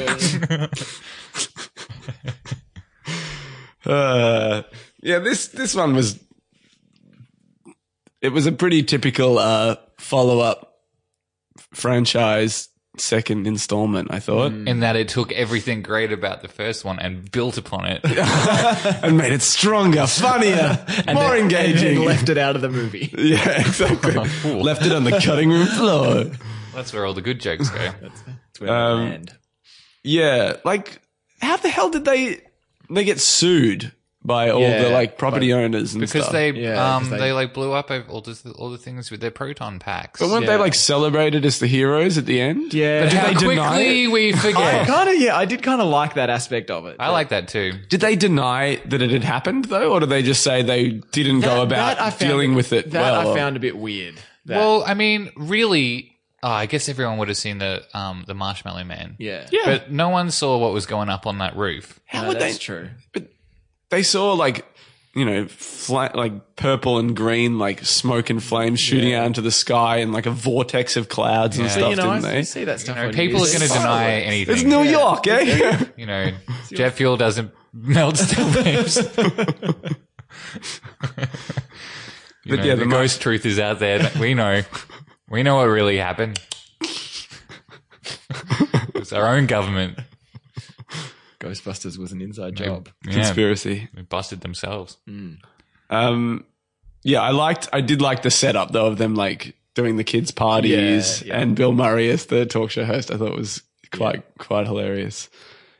Speaker 2: Uh, yeah, this this one was it was a pretty typical uh, follow up franchise second installment. I thought
Speaker 3: In that it took everything great about the first one and built upon it.
Speaker 2: and made it stronger, funnier, more engaging.
Speaker 1: And left it out of the movie.
Speaker 2: yeah, exactly.
Speaker 3: Cool.
Speaker 2: left it on the cutting room floor.
Speaker 3: That's where all the good jokes go.
Speaker 1: It's where they
Speaker 2: Um,
Speaker 1: land.
Speaker 2: Yeah, like how the hell did they they get sued by all
Speaker 1: Yeah,
Speaker 2: the like property owners and
Speaker 3: Because
Speaker 2: stuff?
Speaker 3: they,
Speaker 1: Yeah,
Speaker 3: um,
Speaker 1: 'cause
Speaker 3: they,
Speaker 1: they-
Speaker 3: like blew up over all the, all the things with their proton packs.
Speaker 2: but weren't
Speaker 1: yeah.
Speaker 2: they like celebrated as the heroes at the end?
Speaker 1: Yeah.
Speaker 2: did
Speaker 3: How
Speaker 2: they
Speaker 3: quickly
Speaker 2: deny it?
Speaker 3: we
Speaker 1: I
Speaker 3: forget.
Speaker 1: kind of yeah, I did kind of like that aspect of it.
Speaker 3: I like that too.
Speaker 2: Did they deny that it had happened though, or did they just say they didn't go about
Speaker 1: I found-
Speaker 2: dealing with it
Speaker 1: That
Speaker 2: well?
Speaker 1: I found a bit weird. That,
Speaker 3: Well, I mean, really, oh, I guess everyone would have seen the um, the Marshmallow Man.
Speaker 1: yeah,
Speaker 2: yeah, but
Speaker 3: But no one saw what was going up on that roof.
Speaker 2: how
Speaker 1: No,
Speaker 2: would they?
Speaker 1: that's true.
Speaker 2: They saw like you know, fla- like purple and green, like smoke and flames shooting out into the sky, and like a vortex of clouds and
Speaker 3: Yeah.
Speaker 2: stuff,
Speaker 1: You know, I
Speaker 2: didn't
Speaker 1: s-
Speaker 2: they?
Speaker 1: see that stuff.
Speaker 3: You know,
Speaker 1: on
Speaker 3: people are
Speaker 1: news.
Speaker 3: going to deny anything.
Speaker 2: It's New York, eh?
Speaker 3: you know, jet fuel doesn't melt steel beams. You know,
Speaker 2: yeah,
Speaker 3: the
Speaker 2: the
Speaker 3: ghost truth is out there. That we know. We know what really happened. it's our own government.
Speaker 1: Oh. Ghostbusters was an inside job.
Speaker 3: Yeah,
Speaker 2: Conspiracy.
Speaker 3: they busted themselves.
Speaker 2: Um, yeah, I liked. I did like the setup though of them like doing the kids' parties
Speaker 1: Yeah, yeah.
Speaker 2: and Bill Murray as the talk show host. I thought was quite quite hilarious.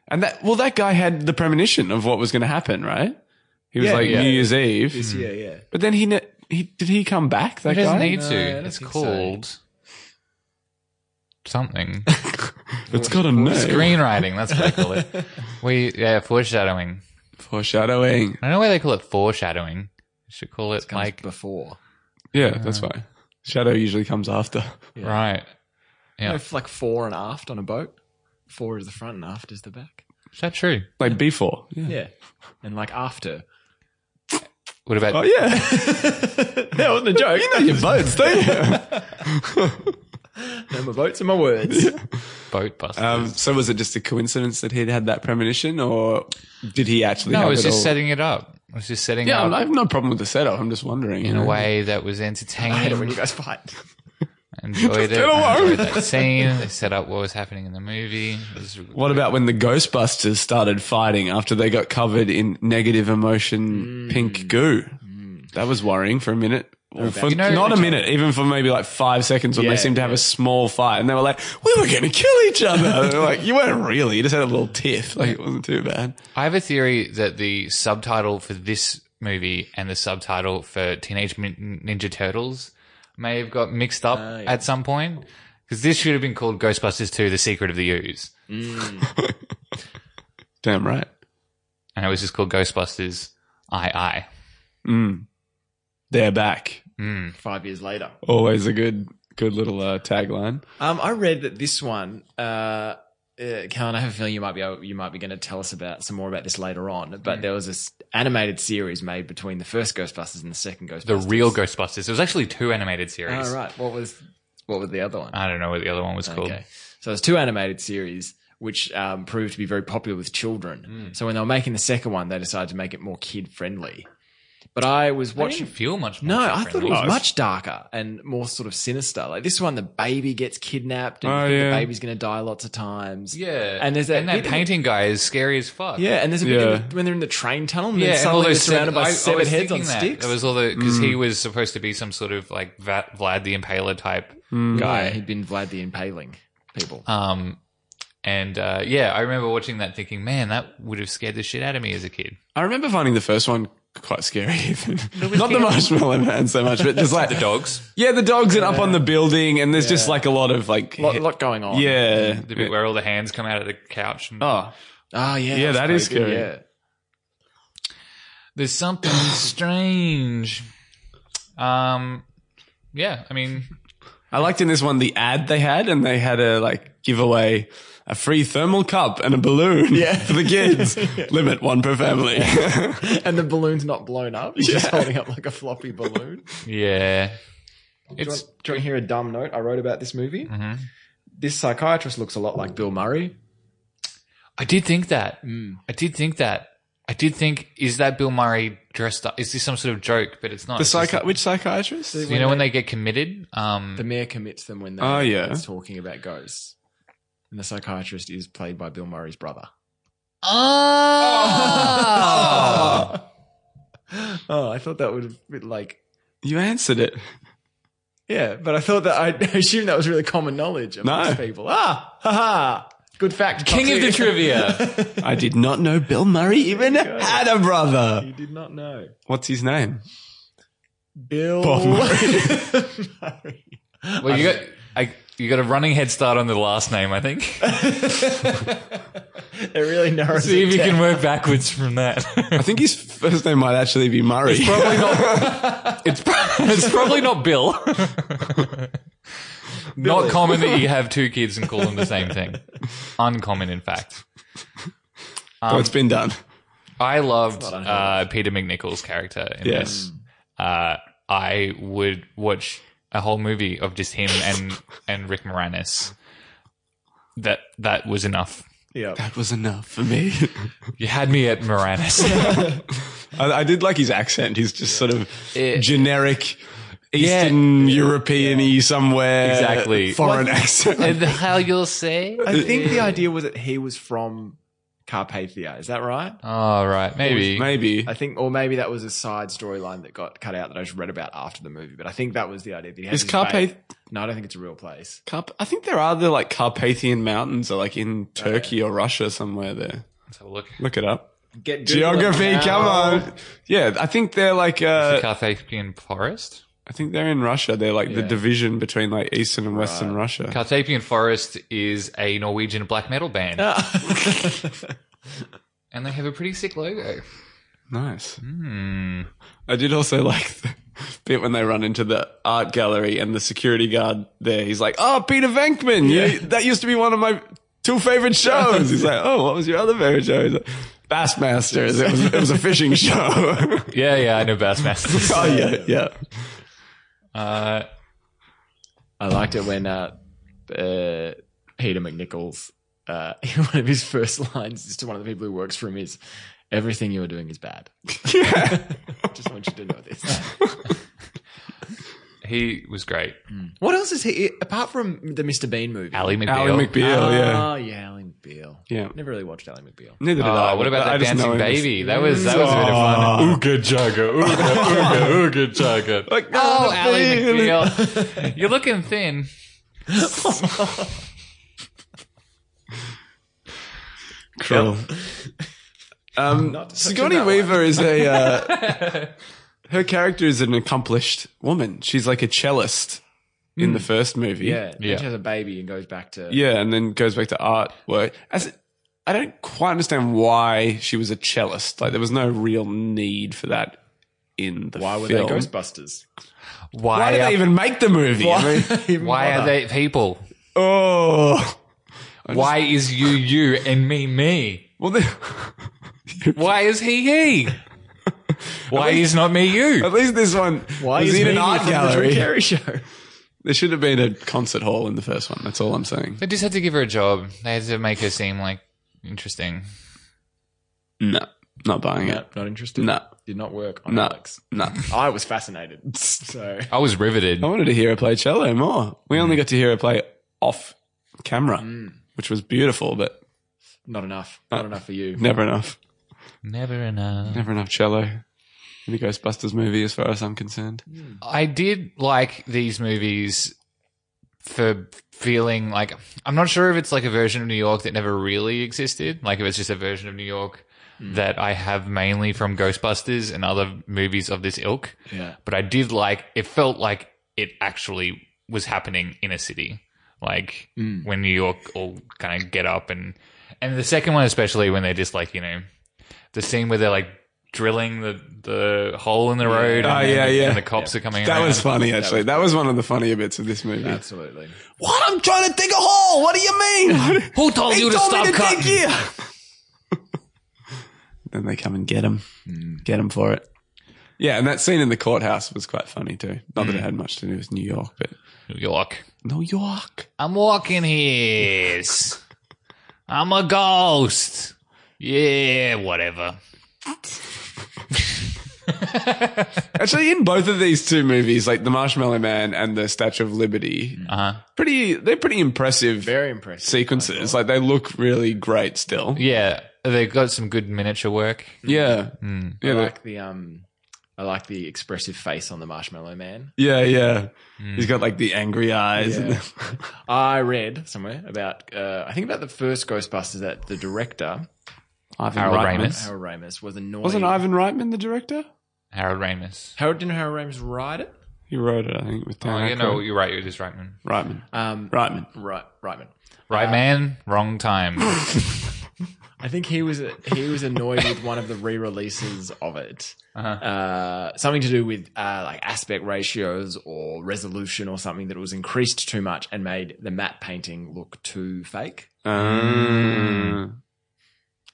Speaker 2: And that well, that guy had the premonition of what was going to happen, right? He was
Speaker 1: Yeah,
Speaker 2: like
Speaker 1: yeah.
Speaker 2: New Year's Eve,
Speaker 1: Yeah, yeah.
Speaker 2: but then he ne- he did he come back? That
Speaker 3: It doesn't
Speaker 2: guy.
Speaker 3: need
Speaker 1: No, I
Speaker 3: to.
Speaker 1: don't
Speaker 3: It's
Speaker 1: think so.
Speaker 3: called something.
Speaker 2: it's got a name.
Speaker 3: Screenwriting. That's what they call it. We yeah, foreshadowing.
Speaker 2: Foreshadowing.
Speaker 3: I don't know why they call it foreshadowing. You should call it
Speaker 1: Comes
Speaker 3: like
Speaker 1: before,
Speaker 2: Yeah, that's why. Shadow usually comes after.
Speaker 1: yeah.
Speaker 3: right. Yeah.
Speaker 1: No, f- like fore and aft on a boat. Fore is the front and aft is the back.
Speaker 3: Is that true?
Speaker 2: Like before. Yeah.
Speaker 1: Yeah, and like after.
Speaker 3: What about
Speaker 2: Oh yeah.
Speaker 1: That wasn't a joke.
Speaker 2: you know your boats, don't you?
Speaker 1: no, my boats and my words.
Speaker 3: boat busters?
Speaker 2: Um, so was it just a coincidence that he'd had that premonition, or did he actually?
Speaker 3: no,
Speaker 2: have
Speaker 3: it was
Speaker 2: it
Speaker 3: just
Speaker 2: all?
Speaker 3: setting it up. It was just setting
Speaker 2: Yeah,
Speaker 3: up
Speaker 2: I have no problem with the setup. I'm just wondering.
Speaker 3: in a way that was
Speaker 1: I hate it when
Speaker 3: entertaining.
Speaker 1: you guys fight.
Speaker 3: Enjoyed it.
Speaker 2: Get
Speaker 3: I
Speaker 2: along.
Speaker 3: Enjoyed that scene. They set up what was happening in the movie. It was-
Speaker 2: What about when the Ghostbusters started fighting after they got covered in negative emotion
Speaker 1: Mm.
Speaker 2: pink goo? That was worrying for a minute. Or for
Speaker 3: You know-
Speaker 2: not a minute, even for maybe like five seconds when
Speaker 1: Yeah,
Speaker 2: they seemed to have a small fight and they were like, we were going to kill each other. And they're like, you weren't really. You just had a little tiff. Like, it wasn't too bad.
Speaker 3: I have a theory that the subtitle for this movie and the subtitle for Teenage Mutant Ninja Turtles may have got mixed up
Speaker 2: Ah,
Speaker 1: yeah.
Speaker 3: at some point. Because this should have been called Ghostbusters 2 The Secret of the Ooze.
Speaker 1: Mm.
Speaker 2: Damn right.
Speaker 3: And it was just called Ghostbusters II.
Speaker 2: Mm. They're back.
Speaker 3: Mm.
Speaker 1: Five years later.
Speaker 2: Always a good, good little uh, tagline.
Speaker 1: Um, I read that this one, uh, uh, Callan, I have a feeling you might be able, you might be going to tell us about some more about this later on. But
Speaker 3: Mm.
Speaker 1: there was this animated series made between the first Ghostbusters and the second Ghostbusters. Ah,
Speaker 3: The real Ghostbusters. There was actually two animated series.
Speaker 2: Ah,
Speaker 1: Oh right, what was what was the other one?
Speaker 3: Ah, I don't know what the other one was called.
Speaker 1: Okay, so there's two animated series. which um, proved to be very popular with
Speaker 2: Hmm.
Speaker 1: children.
Speaker 3: Mm.
Speaker 1: So when they were making the second one, they decided to make it more kid friendly. But I was
Speaker 3: I
Speaker 1: watching.
Speaker 3: didn't feel much.
Speaker 1: No,
Speaker 3: more
Speaker 1: I thought it
Speaker 3: friendly.
Speaker 1: was much darker and more sort of sinister. Like this one, the baby gets kidnapped, and you
Speaker 2: Oh,
Speaker 1: think
Speaker 2: yeah.
Speaker 1: the baby's going to die lots of times.
Speaker 3: Yeah,
Speaker 1: and there's that,
Speaker 3: and that
Speaker 1: bit-
Speaker 3: painting guy is scary as fuck.
Speaker 1: Yeah, and there's a bit in
Speaker 2: Yeah.
Speaker 1: the- when they're in the train tunnel, and
Speaker 3: Yeah,
Speaker 1: then
Speaker 3: and all
Speaker 1: suddenly they're
Speaker 3: those
Speaker 1: surrounded by
Speaker 3: seven,
Speaker 1: seven
Speaker 3: I, I was
Speaker 1: heads on
Speaker 3: thinking that.
Speaker 1: sticks.
Speaker 3: There was all the because he was supposed to be some sort of like Va- Vlad the Impaler type
Speaker 1: guy
Speaker 3: guy.
Speaker 1: who'd been Vlad the Impaling people.
Speaker 3: Um, and uh, yeah, I remember watching that thinking, man, that would have scared the shit out of me as a kid.
Speaker 2: I remember finding the first one quite scary.
Speaker 3: was
Speaker 2: Not the
Speaker 3: scary.
Speaker 2: marshmallow man so much, but just like
Speaker 3: The dogs,
Speaker 2: Yeah, the dogs and up on the building, and there's just like a lot of like.
Speaker 1: lot, lot going on.
Speaker 2: yeah.
Speaker 3: the bit where all the hands come out of the couch. And,
Speaker 2: Oh,
Speaker 1: Oh, yeah.
Speaker 2: Yeah,
Speaker 1: was
Speaker 2: that is
Speaker 1: creepy,
Speaker 2: scary.
Speaker 1: Yeah.
Speaker 3: There's something strange. Um, yeah, I mean,
Speaker 2: I liked in this one the ad they had, and they had a like giveaway a free thermal cup and a balloon
Speaker 1: Yeah.
Speaker 2: for the kids. Limit one per family.
Speaker 1: And the balloon's not blown up. He's just holding up like a floppy balloon.
Speaker 3: yeah,
Speaker 1: Do you, want,
Speaker 3: it's
Speaker 1: do you want to hear a dumb note I wrote about this movie?
Speaker 3: Mhm.
Speaker 1: This psychiatrist looks a lot like Bill Murray.
Speaker 3: I did think that. I did think that. I did think, is that Bill Murray dressed up? Is this some sort of joke? But it's not.
Speaker 2: the
Speaker 3: It's just-
Speaker 2: psychi- which psychiatrist?
Speaker 3: you know, when they get committed, um,
Speaker 1: The mayor commits them when they're
Speaker 2: Oh, yeah.
Speaker 1: talking about ghosts. And the psychiatrist is played by Bill Murray's brother.
Speaker 3: oh!
Speaker 1: Oh, I thought that would have been like.
Speaker 2: You answered it.
Speaker 1: Yeah, but I thought that I assumed that was really common knowledge amongst
Speaker 2: No.
Speaker 1: people. Ah, ha ha. Good fact.
Speaker 3: King of the
Speaker 1: Coxie.
Speaker 3: trivia.
Speaker 2: I did not know Bill Murray even
Speaker 1: Oh
Speaker 2: had a brother.
Speaker 1: You did not know.
Speaker 2: What's his name?
Speaker 1: Bill
Speaker 2: Bob
Speaker 1: Murray.
Speaker 3: Well, you got I, you got a running head start on the last name, I think.
Speaker 1: it really narrows
Speaker 3: See
Speaker 1: it
Speaker 3: if you
Speaker 1: down.
Speaker 3: can work backwards from that.
Speaker 2: I think his first name might actually be Murray.
Speaker 3: probably not. It's pro- it's probably not Bill. not common that you have two kids and call them the same thing. Uncommon, in fact.
Speaker 2: oh, it's been done.
Speaker 3: I loved uh, Peter McNichol's character in
Speaker 2: Yes.
Speaker 3: this. Uh, I would watch a whole movie of just him and and Rick Moranis. That that was enough.
Speaker 1: Yeah.
Speaker 2: That was enough for me.
Speaker 3: You had me at Moranis.
Speaker 2: I, I did like his accent. He's just sort of
Speaker 3: Yeah.
Speaker 2: generic, Eastern European y somewhere.
Speaker 3: Exactly.
Speaker 2: Foreign accent.
Speaker 3: and how you'll say?
Speaker 1: I think the idea was that he was from Carpathia. Is that right?
Speaker 3: All right, maybe.
Speaker 2: Maybe.
Speaker 1: I think, or maybe that was a side storyline that got cut out that I just read about after the movie. But I think that was the idea. That he had
Speaker 2: Is
Speaker 1: his
Speaker 2: Carpath-
Speaker 1: base- No, I don't think it's a real place.
Speaker 2: Carp- I think there are the like Carpathian Mountains or like in Turkey or Russia somewhere there.
Speaker 3: Let's have a look.
Speaker 2: Look it up.
Speaker 1: Get
Speaker 2: Geography, come on. Yeah, I think they're like,
Speaker 3: The
Speaker 2: uh,
Speaker 3: Carthapian forest.
Speaker 2: I think they're in Russia. They're like the
Speaker 1: Yeah.
Speaker 2: division between like Eastern and Western Russia.
Speaker 3: Carthapian forest is a Norwegian black metal band,
Speaker 2: Uh,
Speaker 3: and they have a pretty sick logo.
Speaker 2: Nice.
Speaker 3: Hmm.
Speaker 2: I did also like the bit when they run into the art gallery and the security guard there. He's like, "Oh, Peter Venkman, you, that used to be one of my two favorite shows." He's like, "Oh, what was your other favorite show?" He's like, "Bassmasters." It was it was a fishing show. oh
Speaker 3: Yeah, yeah, I know Bassmasters.
Speaker 2: yeah, yeah.
Speaker 3: uh,
Speaker 1: I liked it when uh, uh, Peter McNichols, uh, one of his first lines is to one of the people who works for him is, "Everything you are doing is bad." Just want you to know this.
Speaker 3: he was great.
Speaker 1: What else is he apart from the Mr. Bean movie?
Speaker 3: Ally McBeal.
Speaker 2: Alan McBeal, yeah, Mm-hmm.
Speaker 1: Oh yeah, Ally McBeal.
Speaker 2: yeah.
Speaker 1: Never really watched Ally McBeal.
Speaker 2: Neither did I.
Speaker 3: Oh, what about
Speaker 2: but I
Speaker 3: that
Speaker 2: just
Speaker 3: dancing
Speaker 2: know him as-
Speaker 3: baby? That was that was a bit of fun. Ooga jugga, ooga ooga ooga jugga.
Speaker 2: Like,
Speaker 3: Oh,
Speaker 2: "Ah,
Speaker 3: Ally
Speaker 2: Peter."
Speaker 3: McBeal, you're looking thin.
Speaker 2: Cool. Um,
Speaker 1: Not touching
Speaker 2: Sigourney
Speaker 1: that one.
Speaker 2: Weaver is a. Uh, her character is an accomplished woman. She's like a cellist in the first movie.
Speaker 1: Yeah,
Speaker 3: Yeah.
Speaker 1: yeah. She has a baby and goes back to
Speaker 2: Yeah, and then goes back to artwork. As it- I don't quite understand why she was a cellist. Like there was no real need for that in the
Speaker 1: Why were
Speaker 2: film.
Speaker 1: they Ghostbusters?
Speaker 3: Why,
Speaker 2: Why did
Speaker 3: are,
Speaker 2: they even make the movie? I mean,
Speaker 1: Even
Speaker 3: why are
Speaker 1: bother?
Speaker 3: they people?
Speaker 2: oh,
Speaker 3: Why is you you and me me?
Speaker 2: well, they,
Speaker 3: Why is he he? Why is not me you?
Speaker 2: at least this one
Speaker 1: Why
Speaker 2: was
Speaker 1: is
Speaker 2: in an
Speaker 1: Mimi
Speaker 2: art
Speaker 1: from The Drew
Speaker 2: gallery.
Speaker 1: Carey show.
Speaker 2: There should have been a concert hall in the first one. That's all I'm saying.
Speaker 3: They just had to give her a job. They had to make her seem like interesting.
Speaker 2: No, not buying
Speaker 1: No,
Speaker 2: it.
Speaker 1: not interested.
Speaker 2: No.
Speaker 1: Did not work on
Speaker 2: No.
Speaker 1: Alex.
Speaker 2: No.
Speaker 1: I was fascinated. So
Speaker 3: I was riveted.
Speaker 2: I wanted to hear her play cello more. We only got to hear her play off camera,
Speaker 1: Mm.
Speaker 2: which was beautiful, but
Speaker 1: not enough.
Speaker 2: Uh,
Speaker 1: Not enough for you.
Speaker 2: never enough.
Speaker 3: Never enough.
Speaker 2: Never enough cello in the Ghostbusters movie, as far as I'm concerned.
Speaker 3: I did like these movies for feeling like I'm not sure if it's like a version of New York that never really existed, like if it's just a version of New York that I have mainly from Ghostbusters and other movies of this ilk.
Speaker 1: Yeah.
Speaker 3: But I did like it felt like it actually was happening in a city. Like
Speaker 2: Mm.
Speaker 3: when New York all kind of get up and and the second one especially when they're just like, you know, the scene where they're like drilling the, the hole in the road
Speaker 2: Oh,
Speaker 3: and,
Speaker 2: yeah,
Speaker 3: and
Speaker 2: yeah.
Speaker 3: the cops are coming
Speaker 2: That
Speaker 3: around.
Speaker 2: was funny, actually. That was one of the funnier bits of this movie.
Speaker 1: Absolutely.
Speaker 2: What? I'm trying to dig a hole. What do you mean?
Speaker 3: Who told you to stop cutting?
Speaker 2: then they come and get him. Get him for it. Hmm. Yeah, and that scene in the courthouse was quite funny too. Not that it had much to do with New York, but
Speaker 3: New York.
Speaker 2: New York.
Speaker 3: I'm walking here. I'm a ghost. Yeah, whatever.
Speaker 2: Actually, in both of these two movies, like The Marshmallow Man and The Statue of Liberty,
Speaker 3: Uh huh.
Speaker 2: pretty they're pretty impressive
Speaker 1: Very impressive.
Speaker 2: sequences. Like they look really great still.
Speaker 3: Yeah, they got some good miniature work. Hmm.
Speaker 2: Yeah, yeah,
Speaker 1: I
Speaker 2: they-
Speaker 1: like the um, I like the expressive face on the Marshmallow Man.
Speaker 2: yeah, yeah. He's got like the angry eyes. And
Speaker 1: Yeah. I read somewhere about uh, I think about the first Ghostbusters that the director
Speaker 2: Ivan
Speaker 3: Harold
Speaker 2: Reitman.
Speaker 3: Ramis.
Speaker 1: Harold Ramis was annoyed.
Speaker 2: Wasn't Ivan Reitman the director?
Speaker 3: Harold Ramis.
Speaker 1: Harold didn't Harold Ramis write it?
Speaker 2: He wrote it, I think, with Dan
Speaker 3: Oh, you
Speaker 2: Aykroyd.
Speaker 3: know, you're right. You're just right, man.
Speaker 2: Reitman.
Speaker 1: Um,
Speaker 2: Reitman.
Speaker 1: right, Reitman.
Speaker 3: Right, man. Wrong time.
Speaker 1: I think he was he was annoyed with one of the re-releases of it.
Speaker 3: Uh-huh.
Speaker 1: Uh, something to do with uh, like aspect ratios or resolution or something that it was increased too much and made the matte painting look too fake.
Speaker 2: Uh,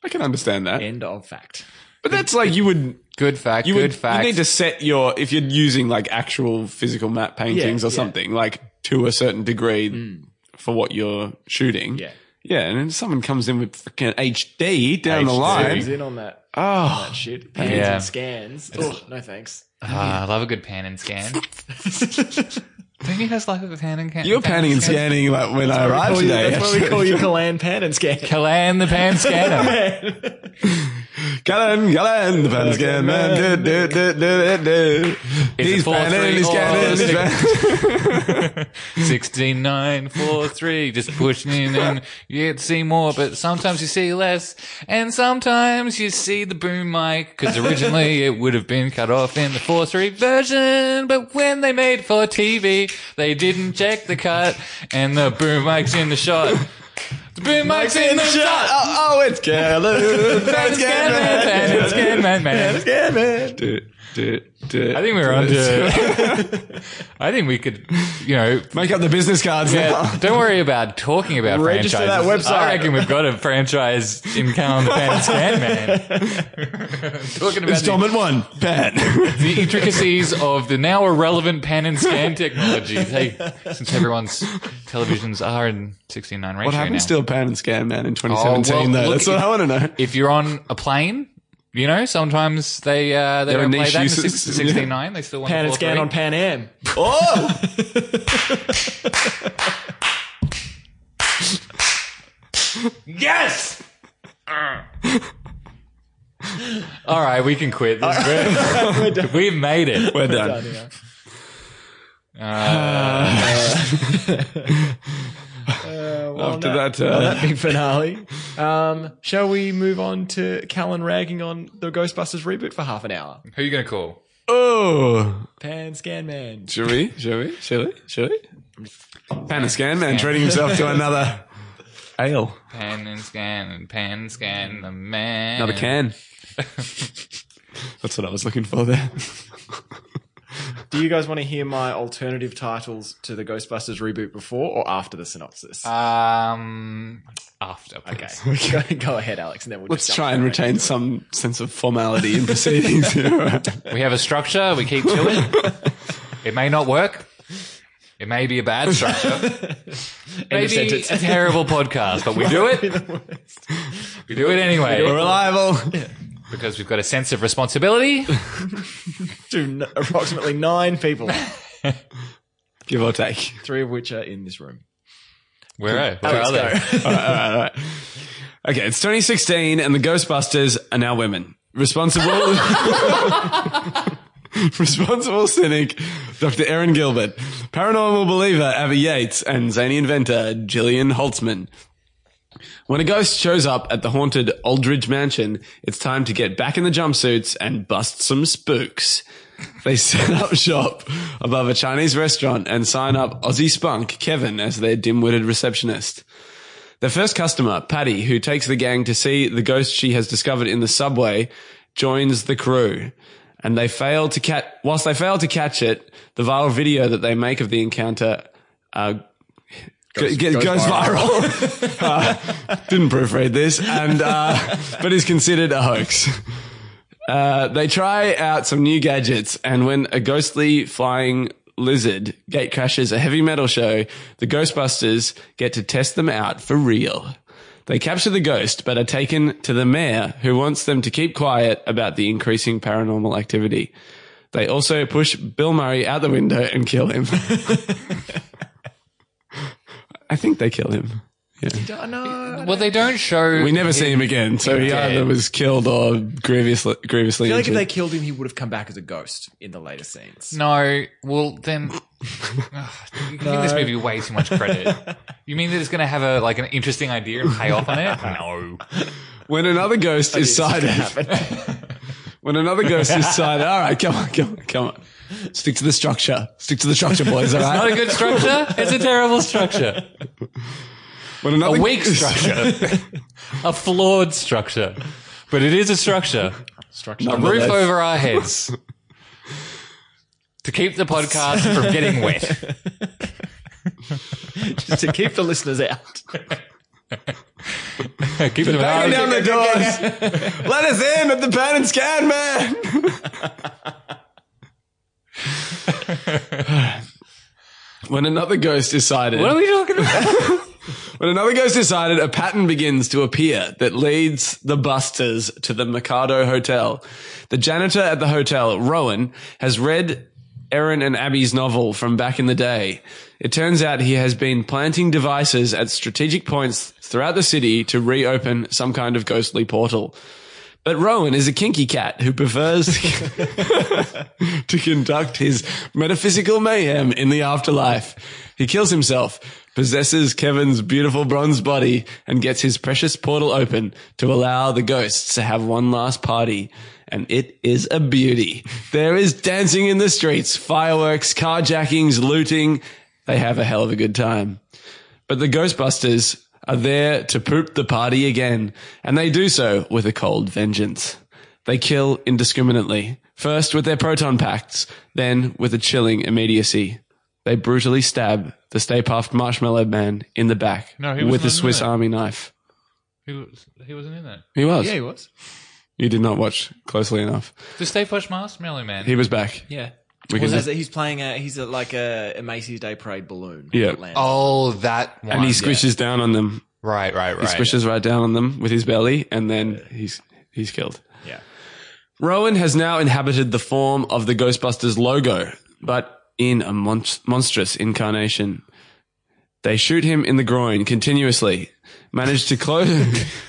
Speaker 2: I can understand that,
Speaker 1: End of fact.
Speaker 2: but that's like you would
Speaker 3: Good fact.
Speaker 2: you
Speaker 3: good
Speaker 2: would
Speaker 3: fact.
Speaker 2: you need to set your if you're using like actual physical map paintings
Speaker 1: Yeah,
Speaker 2: or
Speaker 1: yeah.
Speaker 2: something like to a certain degree for what you're shooting.
Speaker 1: Yeah.
Speaker 2: yeah, and then someone comes in with freaking HD down the
Speaker 1: Zooms
Speaker 2: line.
Speaker 1: in on that
Speaker 2: Oh,
Speaker 1: shit. Pans
Speaker 3: Yeah.
Speaker 1: and scans. Oh, no thanks.
Speaker 3: Ah, I love a good pan and scan. Don't you guys like a pan and can- pan?
Speaker 2: you're panning and scanning like when I arrived today.
Speaker 1: that's why we call you Kalan Pan and Scan.
Speaker 3: Kalan the pan scanner.
Speaker 2: Gallon, gallon, the pan scan man. Do, do, do, do, do.
Speaker 3: Is it
Speaker 2: He's
Speaker 3: four,
Speaker 2: panning,
Speaker 3: three,
Speaker 2: he's
Speaker 3: or
Speaker 2: scanning, he's
Speaker 3: six?
Speaker 2: panning.
Speaker 3: 16, 9, 4, 3, just pushing in and you get to see more, but sometimes you see less, and sometimes you see the boom mic, because originally it would have been cut off in the 4, 3 version, but when they made for TV, they didn't check the cut, and the boom mic's in the shot. The boom mic's in the shot!
Speaker 2: Oh, oh, it's Gallon, pan
Speaker 3: It's
Speaker 2: scan man.
Speaker 3: Scanman, it's Scanman, man.
Speaker 2: Yeah, man. Do, do, do,
Speaker 3: I think we were onto it. I think we could, you know,
Speaker 2: Make up the business cards
Speaker 3: Yeah, don't worry about talking about
Speaker 1: Register that
Speaker 3: franchises.
Speaker 1: website.
Speaker 3: I reckon we've got a franchise in Calum the Pan and Scan Man. talking about the,
Speaker 2: one, Pat.
Speaker 3: the intricacies of the now irrelevant pan and scan technology. Hey, since everyone's televisions are in 69 ratio
Speaker 2: what
Speaker 3: now.
Speaker 2: happened to Pan and Scan Man in 2017,
Speaker 3: Oh, well,
Speaker 2: though?
Speaker 3: look,
Speaker 2: That's what
Speaker 3: if-
Speaker 2: I want to know.
Speaker 3: if you're on a plane, you know, sometimes they uh, they
Speaker 2: There are
Speaker 3: don't play
Speaker 2: niche
Speaker 3: that in
Speaker 2: uses.
Speaker 3: 69. They still want
Speaker 1: Pan
Speaker 3: to
Speaker 1: and Scan on Pan Am.
Speaker 2: Oh!
Speaker 3: Yes. All right, we can quit. This We've made it.
Speaker 2: We're done. After that, uh,
Speaker 1: Big finale. Um, shall we move on to Callan ragging on the Ghostbusters reboot for half an hour?
Speaker 3: Who are you going to call?
Speaker 2: oh.
Speaker 1: Pan Scan Man.
Speaker 2: Should we? Should we? Should we? Should we? Pan and Scan Man treating himself to another ale.
Speaker 3: Pan and scan and pan and scan the man.
Speaker 2: Another can. That's what I was looking for there.
Speaker 1: Do you guys want to hear my alternative titles to the Ghostbusters reboot before or after the synopsis?
Speaker 3: Um, after.
Speaker 1: okay.
Speaker 3: please.
Speaker 1: go, go ahead, Alex, and then we'll
Speaker 2: Let's
Speaker 1: just jump
Speaker 2: try and
Speaker 1: straight
Speaker 2: retain
Speaker 1: into it.
Speaker 2: some sense of formality in proceedings here.
Speaker 3: We have a structure. We keep to it. it may not work. It may be a bad structure.
Speaker 1: End of
Speaker 3: Maybe
Speaker 1: sentence.
Speaker 3: a terrible podcast, but we do it. We do it
Speaker 2: We're
Speaker 3: anyway
Speaker 2: reliable.
Speaker 3: because we've got a sense of responsibility.
Speaker 1: to n- approximately nine people,
Speaker 2: Give or take.
Speaker 1: three of which are in this room.
Speaker 3: Where, where are they?
Speaker 1: Let's go.
Speaker 2: Okay, it's 2016 and the Ghostbusters are now women. Responsible. Responsible cynic, Dr. Aaron Gilbert. Paranormal believer, Ava Yates. And zany inventor, Gillian Holtzman. When a ghost shows up at the haunted Aldridge Mansion, it's time to get back in the jumpsuits and bust some spooks. They set up shop above a Chinese restaurant and sign up Aussie spunk Kevin as their dim-witted receptionist. The first customer, Patty, who takes the gang to see the ghost she has discovered in the subway, joins the crew. And they fail to catch, whilst they fail to catch it, the viral video that they make of the encounter, uh, goes, goes,
Speaker 1: goes
Speaker 2: viral. Uh, didn't proofread this, and uh, but is considered a hoax. Uh, they try out some new gadgets, and when a ghostly flying lizard gate crashes a heavy metal show, the Ghostbusters get to test them out for real. They capture the ghost, but are taken to the mayor, who wants them to keep quiet about the increasing paranormal activity. They also push Bill Murray out the window and kill him. I think they kill him.
Speaker 1: Don't know.
Speaker 3: Well, they don't show.
Speaker 2: We never see him again, so he
Speaker 3: dead.
Speaker 2: either was killed or grievously grievously
Speaker 1: I feel like if
Speaker 2: injured.
Speaker 1: they killed him, he would have come back as a ghost in the later scenes.
Speaker 3: No, well then, Ugh, you give this movie way too much credit. You mean that it's going to have a like an interesting idea and pay off on it? No.
Speaker 2: when another ghost is sighted, when another ghost is sighted, all right, come on, come on, come on, stick to the structure, stick to the structure, boys. All
Speaker 3: Not
Speaker 2: right,
Speaker 3: a good structure. It's a terrible structure.
Speaker 2: when another
Speaker 3: A weak structure. a flawed structure. But it is a structure.
Speaker 1: Structure.
Speaker 2: No.
Speaker 3: Roof
Speaker 2: Nonetheless.
Speaker 3: over our heads. To keep the podcast from getting wet.
Speaker 1: Just to keep the listeners out.
Speaker 3: keep them out.
Speaker 2: Banging down the doors. Let us in at the pan and scan man. when another ghost is sighted,
Speaker 3: What are we talking about?
Speaker 2: When another ghost is sighted, a pattern begins to appear that leads the busters to the Mikado Hotel. The janitor at the hotel, Rowan, has read Erin and Abby's novel from back in the day. It turns out he has been planting devices at strategic points throughout the city to reopen some kind of ghostly portal. But Rowan is a kinky cat who prefers to conduct his metaphysical mayhem in the afterlife. He kills himself, possesses Kevin's beautiful bronze body, and gets his precious portal open to allow the ghosts to have one last party. And it is a beauty. There is dancing in the streets, fireworks, carjackings, looting. They have a hell of a good time. But the Ghostbusters are there to poop the party again, and they do so with a cold vengeance. They kill indiscriminately, first with their proton packs, then with a chilling immediacy. They brutally stab the Stay Puffed Marshmallow Man in the back
Speaker 3: No, he wasn't
Speaker 2: with a
Speaker 3: in
Speaker 2: Swiss
Speaker 3: that.
Speaker 2: Army knife.
Speaker 3: He, was, he wasn't in that.
Speaker 2: He was.
Speaker 1: Yeah, he was.
Speaker 2: You did not watch closely enough.
Speaker 3: The Stay Push Marshmallow Man.
Speaker 2: He was back.
Speaker 1: Yeah.
Speaker 2: We can
Speaker 1: Well,
Speaker 2: just-
Speaker 1: that's- he's playing a he's a, like a, a Macy's Day Parade balloon.
Speaker 2: Yeah.
Speaker 1: that lands.
Speaker 3: oh, that one.
Speaker 2: and he squishes down on them.
Speaker 3: Right, right, right.
Speaker 2: He squishes right down on them with his belly, and then he's he's killed.
Speaker 1: yeah.
Speaker 2: Rowan has now inhabited the form of the Ghostbusters logo, but in a mon- monstrous incarnation. They shoot him in the groin continuously, manage to close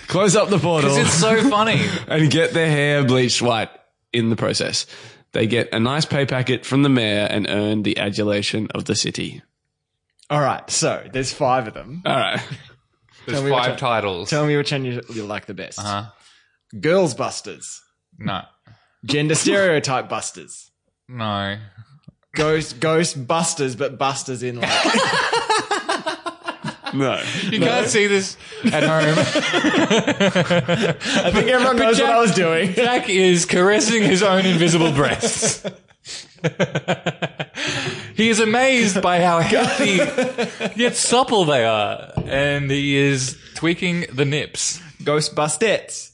Speaker 2: close up the portal,
Speaker 3: It's so funny.
Speaker 2: and get their hair bleached white in the process. They get a nice pay packet from the mayor and earn the adulation of the city.
Speaker 1: All right. So there's five of them.
Speaker 2: All right.
Speaker 3: There's
Speaker 1: me what
Speaker 3: five
Speaker 1: ti-
Speaker 3: titles.
Speaker 1: Tell me which one you, you like the best.
Speaker 3: Uh-huh.
Speaker 1: Girls busters,
Speaker 3: No,
Speaker 1: gender stereotype busters,
Speaker 3: no.
Speaker 1: ghost ghost busters, but busters in like
Speaker 2: No.
Speaker 3: You can't see this at home.
Speaker 1: I think everyone knows what I was doing.
Speaker 3: Jack is caressing his own invisible breasts. he is amazed by how healthy yet supple they are, and he is tweaking the nips.
Speaker 1: Ghost bustettes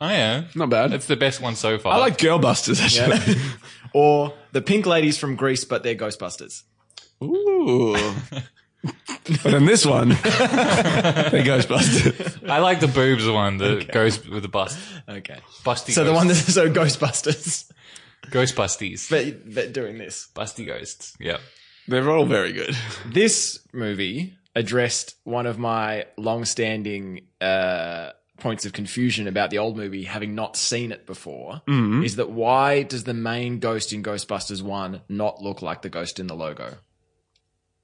Speaker 3: I am.
Speaker 2: Not bad.
Speaker 3: Oh, That's the best one so far.
Speaker 2: I like Girlbusters, actually.
Speaker 1: or the pink ladies from Greece, but they're Ghostbusters.
Speaker 2: Ooh. but in this one, they Ghostbusters.
Speaker 3: I like the boobs one that goes with the bust.
Speaker 1: Okay.
Speaker 3: Busty
Speaker 1: So the
Speaker 3: ghosts.
Speaker 1: one that's so Ghostbusters,
Speaker 3: Ghost Busties.
Speaker 1: but but doing this.
Speaker 3: Busty Ghosts. Yeah.
Speaker 2: They're all very good.
Speaker 1: This movie addressed one of my long-standing uh, points of confusion about the old movie, having not seen it before.
Speaker 2: Mm-hmm.
Speaker 1: Is that why does the main ghost in Ghostbusters One not look like the ghost in the logo?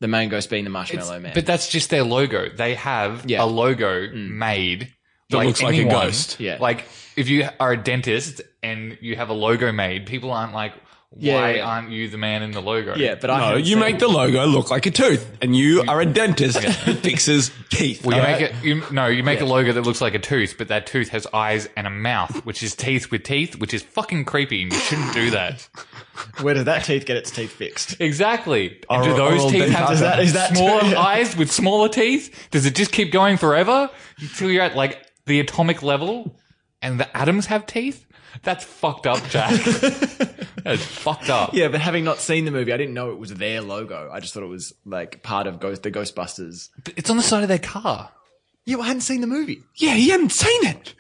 Speaker 1: The main ghost being the Marshmallow Man.
Speaker 3: But that's just their logo. They have
Speaker 1: Yeah. Mm.
Speaker 3: a logo made
Speaker 2: That looks like a ghost.
Speaker 1: Yeah.
Speaker 3: Like if you are a dentist and you have a logo made, people aren't like, why
Speaker 1: Yeah, yeah.
Speaker 3: aren't you the man in the logo?
Speaker 1: yeah, but I
Speaker 2: No,
Speaker 1: haven't
Speaker 2: Oh, you
Speaker 1: seen
Speaker 2: make the logo look like a tooth, and you are a dentist who fixes teeth.
Speaker 3: Well, you
Speaker 2: all
Speaker 3: make
Speaker 2: right?
Speaker 3: it. You, no, you make a logo that looks like a tooth, but that tooth has eyes and a mouth, which is teeth with teeth, which is fucking creepy, and you shouldn't do that.
Speaker 1: Where did that teeth get its teeth fixed?
Speaker 3: Exactly. And do
Speaker 2: Oral- oral
Speaker 3: those teeth have
Speaker 2: dentata.
Speaker 1: Is that- is that-
Speaker 3: smaller
Speaker 1: yeah.
Speaker 3: eyes with smaller teeth? Does it just keep going forever until you're at like the atomic level and the atoms have teeth? That's fucked up, Jack. That's fucked up.
Speaker 1: Yeah, but having not seen the movie, I didn't know it was their logo. I just thought it was like part of Ghost the Ghostbusters.
Speaker 3: It's on the side of their car.
Speaker 1: Yeah, well, I hadn't seen the movie.
Speaker 2: Yeah, he hadn't seen it.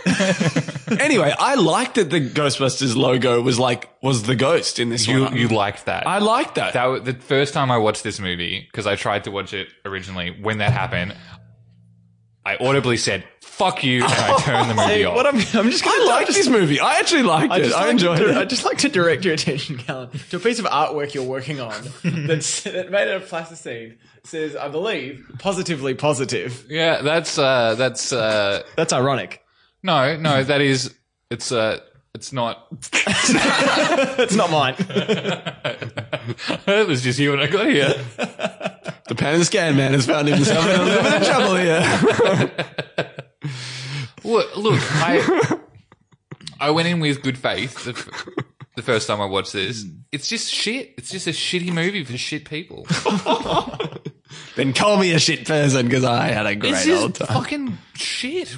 Speaker 2: anyway, I liked that the Ghostbusters logo was like was the ghost in this
Speaker 3: You
Speaker 2: one.
Speaker 3: you liked that?
Speaker 2: I liked that.
Speaker 3: that was the first time I watched this movie because I tried to watch it originally when that happened. I audibly said "fuck you" and I turned the movie off.
Speaker 1: What I'm, I'm just gonna
Speaker 2: I liked this movie. I actually liked
Speaker 1: I
Speaker 2: it.
Speaker 1: just
Speaker 2: I
Speaker 1: like
Speaker 2: enjoyed
Speaker 1: to,
Speaker 2: it.
Speaker 1: I'd just like to direct your attention, Callum, to a piece of artwork you're working on that's that made out of plasticine. Says, I believe, positively positive.
Speaker 3: Yeah, that's uh, that's uh,
Speaker 1: That's ironic.
Speaker 3: no, no, that is it's uh, it's not.
Speaker 1: That's not mine.
Speaker 3: it was just you when I got here.
Speaker 2: The pan and scan man has found himself in a little bit of trouble here.
Speaker 3: Look, look, I I went in with good faith the, f- the first time I watched this. It's just shit. It's just a shitty movie for shit people.
Speaker 2: then call me a shit person because I had a great
Speaker 3: It's
Speaker 2: old
Speaker 3: just
Speaker 2: time.
Speaker 3: fucking shit.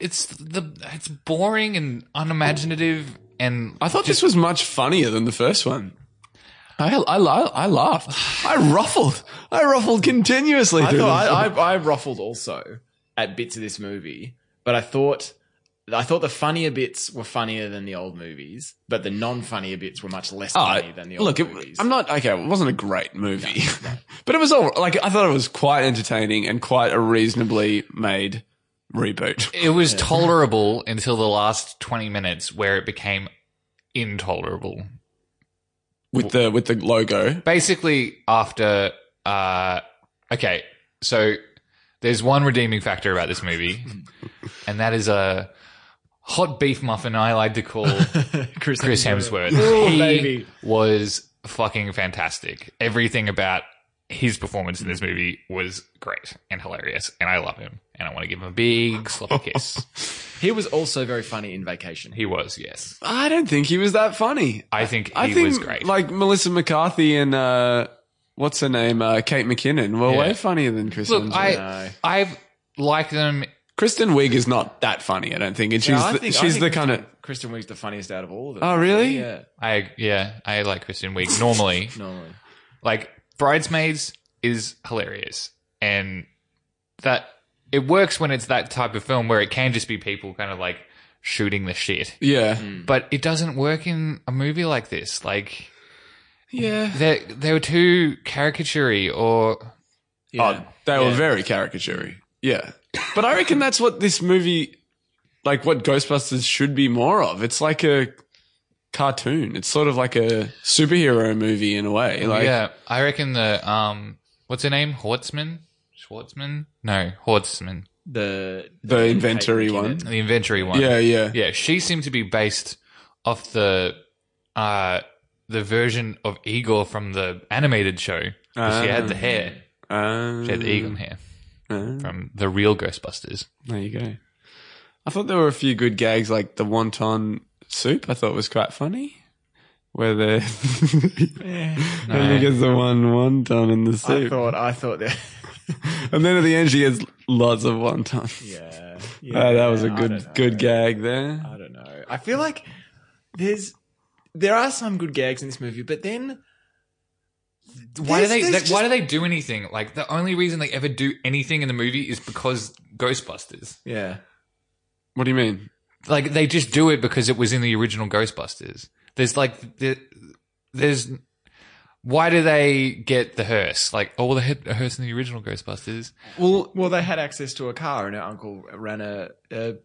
Speaker 3: It's the it's boring and unimaginative and
Speaker 2: I thought this was much funnier than the first one. I, I, la- I laughed. I ruffled. I ruffled continuously.
Speaker 1: I
Speaker 2: through
Speaker 1: thought
Speaker 2: this.
Speaker 1: I, I, I ruffled also at bits of this movie, but I thought I thought the funnier bits were funnier than the old movies, but the non-funnier bits were much less
Speaker 2: Oh,
Speaker 1: funny than the old
Speaker 2: look, it-
Speaker 1: movies.
Speaker 2: I'm not okay. It wasn't a great movie, but it was all like I thought it was quite entertaining and quite a reasonably made reboot.
Speaker 3: it was tolerable until the last 20 minutes where it became intolerable.
Speaker 2: with the with the logo.
Speaker 3: Basically after uh okay, so there's one redeeming factor about this movie and that is a hot beef muffin I like to call
Speaker 1: Chris,
Speaker 3: Chris Hemsworth.
Speaker 1: Ooh,
Speaker 3: he
Speaker 1: baby.
Speaker 3: was fucking fantastic. Everything about his performance in this movie was great and hilarious, and I love him. And I want to give him a big sloppy kiss.
Speaker 1: He was also very funny in Vacation.
Speaker 3: He was, yes.
Speaker 2: I don't think he was that funny.
Speaker 3: I think he
Speaker 2: I think
Speaker 3: was great.
Speaker 2: like Melissa McCarthy and uh, what's her name, uh, Kate McKinnon, were
Speaker 3: Yeah.
Speaker 2: way funnier than Chris.
Speaker 3: Look,
Speaker 2: Hemsworth.
Speaker 3: I I've liked them.
Speaker 2: Kristen Wiig is not that funny. I don't think, and she's
Speaker 1: I
Speaker 2: the,
Speaker 1: think- I
Speaker 2: she's
Speaker 1: think
Speaker 2: the
Speaker 1: Kristen-
Speaker 2: kind of
Speaker 1: Kristen Wiig's the funniest out of all of them.
Speaker 2: oh really.
Speaker 1: Yeah,
Speaker 3: I yeah, I like Kristen Wiig normally.
Speaker 1: normally.
Speaker 3: Like Bridesmaids is hilarious, and that it works when it's that type of film where it can just be people kind of like shooting the shit.
Speaker 2: Yeah.
Speaker 3: but it doesn't work in a movie like this. Like
Speaker 2: Yeah.
Speaker 3: they they were too caricaturey, or
Speaker 2: Oh, they were
Speaker 1: Yeah.
Speaker 2: very caricaturey. Yeah. But I reckon that's what this movie, like what Ghostbusters should be more of. It's like a cartoon. It's sort of like a superhero movie in a way. Like,
Speaker 3: yeah, I reckon the um, what's her name, Hortzman, Schwartzman? No, Hortzman,
Speaker 1: the
Speaker 2: The inventory
Speaker 1: Kate McKinnon.
Speaker 2: one.
Speaker 3: the inventory one.
Speaker 2: yeah, yeah.
Speaker 3: yeah. She seemed to be based off the uh the version of Igor from the animated show.
Speaker 2: Uh,
Speaker 3: 'Cause she had the hair,
Speaker 2: Um,
Speaker 3: she had the Egon hair
Speaker 2: uh,
Speaker 3: from the real Ghostbusters.
Speaker 2: there you go. I thought there were a few good gags, like the wonton soup. I thought was quite funny. Where the I think it's the one wonton in the
Speaker 1: I
Speaker 2: soup,
Speaker 1: thought I thought that.
Speaker 2: and then at the end she gets lots of wonton.
Speaker 1: Yeah,
Speaker 2: Oh, that was a
Speaker 1: I
Speaker 2: good
Speaker 1: don't
Speaker 2: good
Speaker 1: know.
Speaker 2: gag there.
Speaker 1: I don't know. I feel like there's there are some good gags in this movie, but then
Speaker 3: why do
Speaker 2: There's-
Speaker 3: they?
Speaker 2: there's
Speaker 3: Like,
Speaker 2: just-
Speaker 3: why do they do anything? Like the only reason they ever do anything in the movie is because Ghostbusters.
Speaker 1: Yeah.
Speaker 2: What do you mean?
Speaker 3: Like they just do it because it was in the original Ghostbusters. There's like the, there's why do they get the hearse? Like oh, well, they had a hearse in the original Ghostbusters,
Speaker 1: Well, well, they had access to a car, and her uncle ran a, a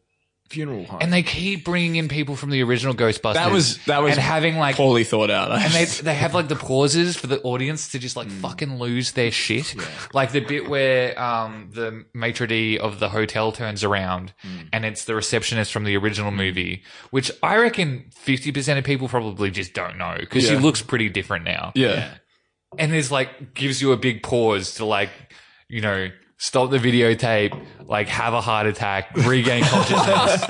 Speaker 1: funeral home.
Speaker 3: and they keep bringing in people from the original Ghostbusters.
Speaker 2: That was that was
Speaker 3: and having like
Speaker 2: poorly thought out.
Speaker 3: And they, they have like the pauses for the audience to just like fucking lose their shit. Like the bit where um, the maitre d' of the hotel turns around and it's the receptionist from the original movie, which I reckon 50% of people probably just don't know because she
Speaker 2: Yeah.
Speaker 3: looks pretty different now.
Speaker 2: yeah.
Speaker 3: And there's like, gives you a big pause to like, you know, stop the videotape, like have a heart attack, regain consciousness,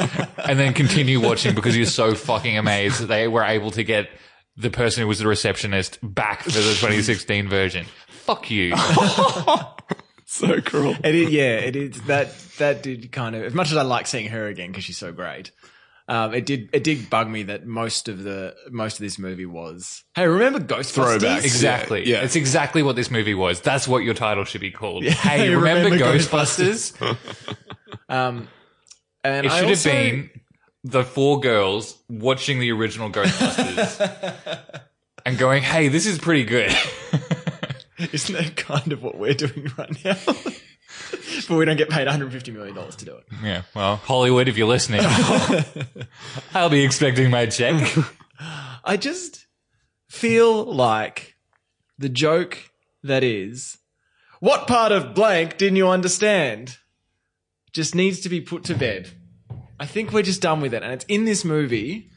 Speaker 3: and then continue watching because you're so fucking amazed that they were able to get the person who was the receptionist back for the 2016 version. Fuck you.
Speaker 2: So cruel.
Speaker 1: It is, yeah, it is that that did kind of as much as I like seeing her again because she's so great. Um, it did it did bug me that most of the most of this movie was hey remember Ghostbusters
Speaker 2: Throwback.
Speaker 3: Exactly.
Speaker 2: Yeah, yeah.
Speaker 3: It's exactly what this movie was. That's what your title should be called. Hey,
Speaker 1: You
Speaker 3: remember,
Speaker 1: remember
Speaker 3: Ghostbusters?
Speaker 1: um and
Speaker 3: It
Speaker 1: I
Speaker 3: should have
Speaker 1: also-
Speaker 3: been the four girls watching the original Ghostbusters and going, "Hey, this is pretty good."
Speaker 1: isn't that kind of what we're doing right now but we don't get paid 150 million dollars to do it
Speaker 3: yeah. Well, Hollywood, if you're listening, I'll be expecting my check.
Speaker 1: I just feel like the joke that is, what part of blank didn't you understand? Just needs to be put to bed. I think we're just done with it. And it's in this movie,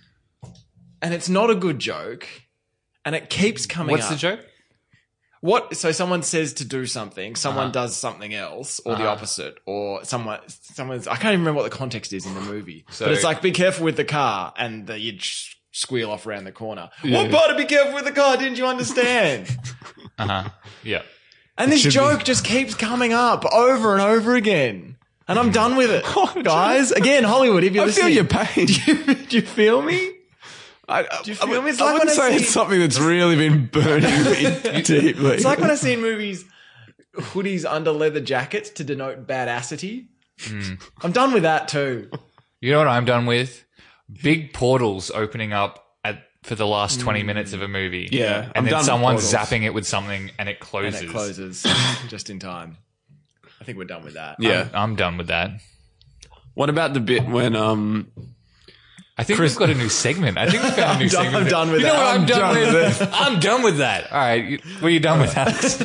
Speaker 1: and it's not a good joke, and it keeps coming
Speaker 3: What's
Speaker 1: up.
Speaker 3: the joke?
Speaker 1: What? So someone says to do something, someone
Speaker 2: Uh-huh.
Speaker 1: does something else, or the opposite, or someone, someone's. I can't even remember what the context is in the movie,
Speaker 3: So-
Speaker 1: but it's like be careful with the car, and the, you sh- squeal off around the corner.
Speaker 2: Yeah.
Speaker 1: What part of be careful with the car didn't you understand?
Speaker 3: Uh huh. Yeah.
Speaker 1: and this
Speaker 2: should be-
Speaker 1: joke just keeps coming up over and over again, and I'm done with it, guys. Again, Hollywood, if you're
Speaker 2: I feel
Speaker 1: listening,
Speaker 2: your pain.
Speaker 1: do you feel me?
Speaker 2: I,
Speaker 1: Do you
Speaker 2: I,
Speaker 1: feel
Speaker 2: would,
Speaker 1: me? It's
Speaker 2: I
Speaker 1: like
Speaker 2: wouldn't
Speaker 1: when I
Speaker 2: say
Speaker 1: see-
Speaker 2: it's something that's really been burning me deeply.
Speaker 1: It's like when I see in movies hoodies under leather jackets to denote badacity.
Speaker 2: Hmm.
Speaker 1: I'm done with that too.
Speaker 3: You know what I'm done with? Big portals opening up at for the last 20 minutes of a movie.
Speaker 2: Yeah,
Speaker 3: And
Speaker 2: I'm done
Speaker 3: then
Speaker 2: with
Speaker 3: someone's
Speaker 2: portals.
Speaker 3: zapping it with something and it
Speaker 1: And
Speaker 3: closes.
Speaker 1: it closes just in time. I think we're done with that.
Speaker 2: yeah.
Speaker 3: I'm done with that.
Speaker 2: what about the bit when um
Speaker 3: I think we've got a new segment. I think we've got a new
Speaker 1: done-
Speaker 3: segment.
Speaker 1: I'm done with
Speaker 3: you know
Speaker 1: that.
Speaker 3: What I'm,
Speaker 1: I'm
Speaker 3: done,
Speaker 1: done
Speaker 3: with. I'm done with that. All right. you- What are you done with, Alex?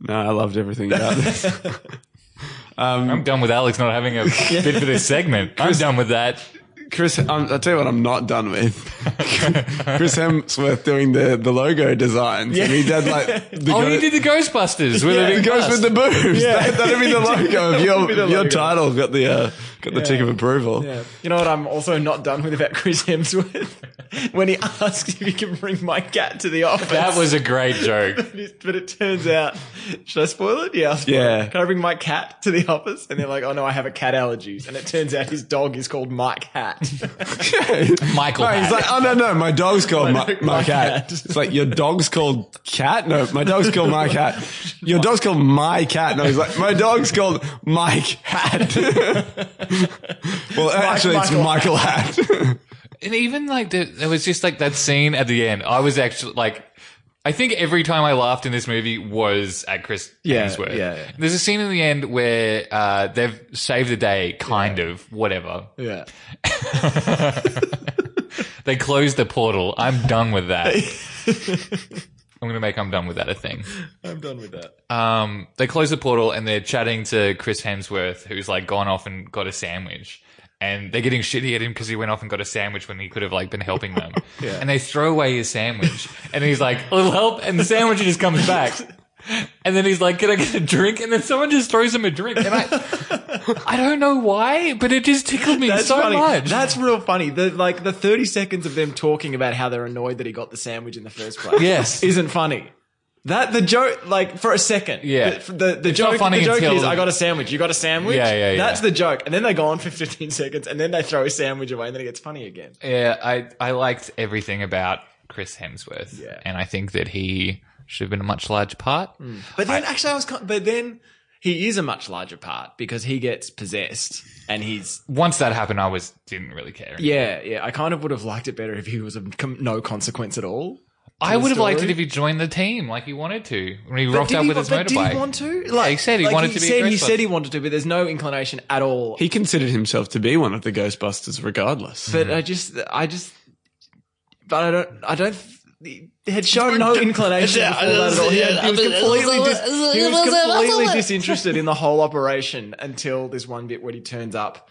Speaker 2: No, I loved everything about this.
Speaker 3: I'm done with Alex not having a bit for this segment. I'm done with that.
Speaker 2: Chris, um, I'll tell you what I'm not done with. Chris Hemsworth doing the, the logo designs. And he did like the
Speaker 3: Oh,
Speaker 2: go-
Speaker 3: you did the Ghostbusters with
Speaker 1: Oh, Yeah,
Speaker 3: a
Speaker 2: It
Speaker 3: big
Speaker 2: goes
Speaker 3: bust.
Speaker 2: with the boobs.
Speaker 1: Yeah.
Speaker 2: That, that'll be the logo of
Speaker 1: That'll
Speaker 2: your,
Speaker 1: be the
Speaker 2: your
Speaker 1: logo.
Speaker 2: title. Got the uh, got the tick of approval.
Speaker 1: Yeah. Um, You know what I'm also not done with about Chris Hemsworth? when he asks if he can bring my cat to the office.
Speaker 3: that was a great joke.
Speaker 1: but it turns out, should I spoil it? Yeah. I'll spoil
Speaker 2: Yeah.
Speaker 1: It. Can I bring my cat to the office? And they're like, oh no, I have a cat allergies. And it turns out his dog is called Mike Hat.
Speaker 3: Michael.
Speaker 2: He's
Speaker 3: Hat.
Speaker 2: like, oh no no, my dog's called my, my,
Speaker 1: my
Speaker 2: cat.
Speaker 1: cat.
Speaker 2: It's like your dog's called cat. No, my dog's called my cat. Your dog's called my cat. No, he's like my dog's called Mike Hat. well, actually, it's
Speaker 1: Michael
Speaker 2: Michael Hat.
Speaker 3: and even like the, there was just like that scene at the end. I was actually like, I think every time I laughed in this movie was at Chris
Speaker 1: Yeah,
Speaker 3: Hemsworth.
Speaker 1: yeah, yeah.
Speaker 3: There's a scene in the end where uh, they've saved the day, kind of, whatever.
Speaker 1: yeah.
Speaker 3: They closed the portal. I'm done with that. I'm gonna make I'm done with that a thing.
Speaker 1: I'm done with that.
Speaker 3: Um, they close the portal and they're chatting to Chris Hemsworth, who's like gone off and got a sandwich. And they're getting shitty at him because he went off and got a sandwich when he could have like been helping them. And they throw away his sandwich, and he's like, "A little help," and the sandwich just comes back. And then he's like, "Can I get a drink?" And then someone just throws him a drink, and I, I don't know why, but it just tickled me
Speaker 1: That's
Speaker 3: so
Speaker 1: funny.
Speaker 3: much.
Speaker 1: That's real funny. The like the thirty seconds of them talking about how they're annoyed that he got the sandwich in the first place.
Speaker 3: Yes.
Speaker 1: isn't funny. That the joke, like for a second,
Speaker 3: Yeah.
Speaker 1: The the, the
Speaker 3: not
Speaker 1: joke,
Speaker 3: funny
Speaker 1: the joke
Speaker 3: until-
Speaker 1: is I got a sandwich. You got a sandwich.
Speaker 3: Yeah, yeah, yeah.
Speaker 1: That's the joke, and then they go on for fifteen seconds, and then they throw his sandwich away, and then it gets funny again.
Speaker 3: yeah, I I liked everything about Chris Hemsworth.
Speaker 1: Yeah. Hmm.
Speaker 3: And I think that he should have been a much larger part.
Speaker 1: But then, actually, I was. Con- but then he is a much larger part because he gets possessed and he's.
Speaker 3: Once that happened, I was didn't really care.
Speaker 1: Yeah, yeah. I kind of would have liked it better if he was of com- no consequence at all.
Speaker 3: I would have liked it
Speaker 1: story.
Speaker 3: if he joined the team like he wanted to when he rocked
Speaker 1: Did
Speaker 3: up
Speaker 1: he
Speaker 3: with
Speaker 1: wa-
Speaker 3: his
Speaker 1: but
Speaker 3: motorbike.
Speaker 1: Did he want to? Like
Speaker 3: he said he
Speaker 1: like
Speaker 3: wanted to be a
Speaker 1: said he
Speaker 3: Ghostbuster.
Speaker 1: said he wanted to, but there's no inclination at all.
Speaker 2: He considered himself to be one of the Ghostbusters, regardless.
Speaker 1: but I just, I just, but I don't, I don't. He had shown no inclination before that at all. He, had, he was completely, dis- he was completely disinterested in the whole operation until this one bit when he turns up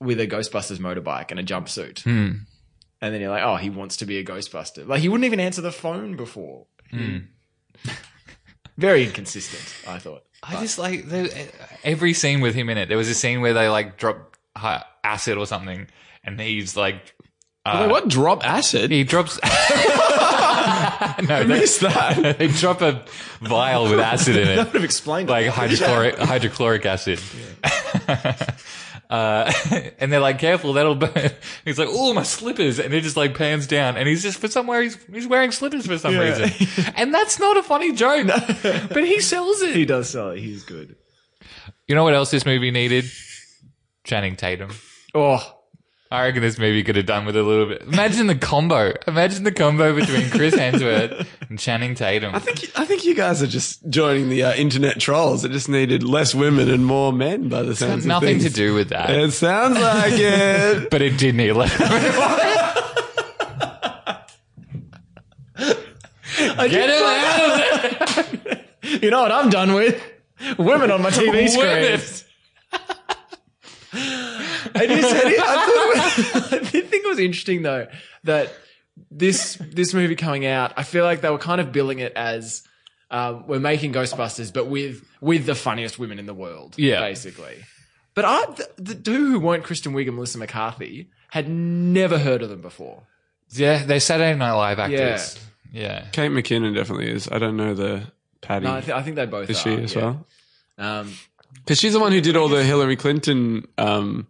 Speaker 1: with a Ghostbusters motorbike and a jumpsuit,
Speaker 3: Hmm.
Speaker 1: and then you're like, oh, he wants to be a Ghostbuster. Like he wouldn't even answer the phone before.
Speaker 3: Hmm.
Speaker 1: Very inconsistent, I thought.
Speaker 3: I just like the, every scene with him in it. There was a scene where they like drop hi- acid or something, and he's like, uh,
Speaker 2: Wait, what? Drop acid?
Speaker 3: He drops. no, they,
Speaker 2: missed that.
Speaker 3: they drop a vial with acid in
Speaker 1: That
Speaker 3: it,
Speaker 1: would have explained it.
Speaker 3: like hydrochloric hydrochloric acid. Uh, and they're like, "Careful, that'll burn." He's like, "Oh, my slippers!" And it just like pans down, and he's just for somewhere he's he's wearing slippers for some
Speaker 1: Yeah.
Speaker 3: reason, and that's not a funny joke, but he sells it.
Speaker 1: He does sell it. He's good.
Speaker 3: You know what else this movie needed? Channing Tatum.
Speaker 1: Oh,
Speaker 3: I reckon this movie could have done with a little bit. Imagine the combo. Imagine the combo between Chris Hemsworth and Channing Tatum.
Speaker 2: I think I think you guys are just joining the uh, internet trolls. It just needed less women and more men by the sounds
Speaker 3: It's
Speaker 2: of
Speaker 3: got nothing to
Speaker 2: things.
Speaker 3: do with that.
Speaker 2: It sounds like it.
Speaker 3: but it did need less. Get him out of there.
Speaker 1: you know what I'm done with? Women on my TV
Speaker 3: Women.
Speaker 1: screen. It is, it is, I, thought it was- I did think it was interesting though that this this movie coming out, I feel like they were kind of billing it as um, we're making Ghostbusters, but with with the funniest women in the world,
Speaker 3: Yeah.
Speaker 1: basically. But I, the, the two who weren't Kristen Wiig and Melissa McCarthy had never heard of them before.
Speaker 3: Yeah, they're Saturday Night Live actors. Yeah.
Speaker 2: Kate McKinnon definitely is. I don't know the Patty.
Speaker 1: No, I, th- I think they both
Speaker 2: is
Speaker 1: are,
Speaker 2: she as
Speaker 1: yeah.
Speaker 2: well?
Speaker 1: Um,
Speaker 2: Because she's the one who did all the Hillary Clinton um,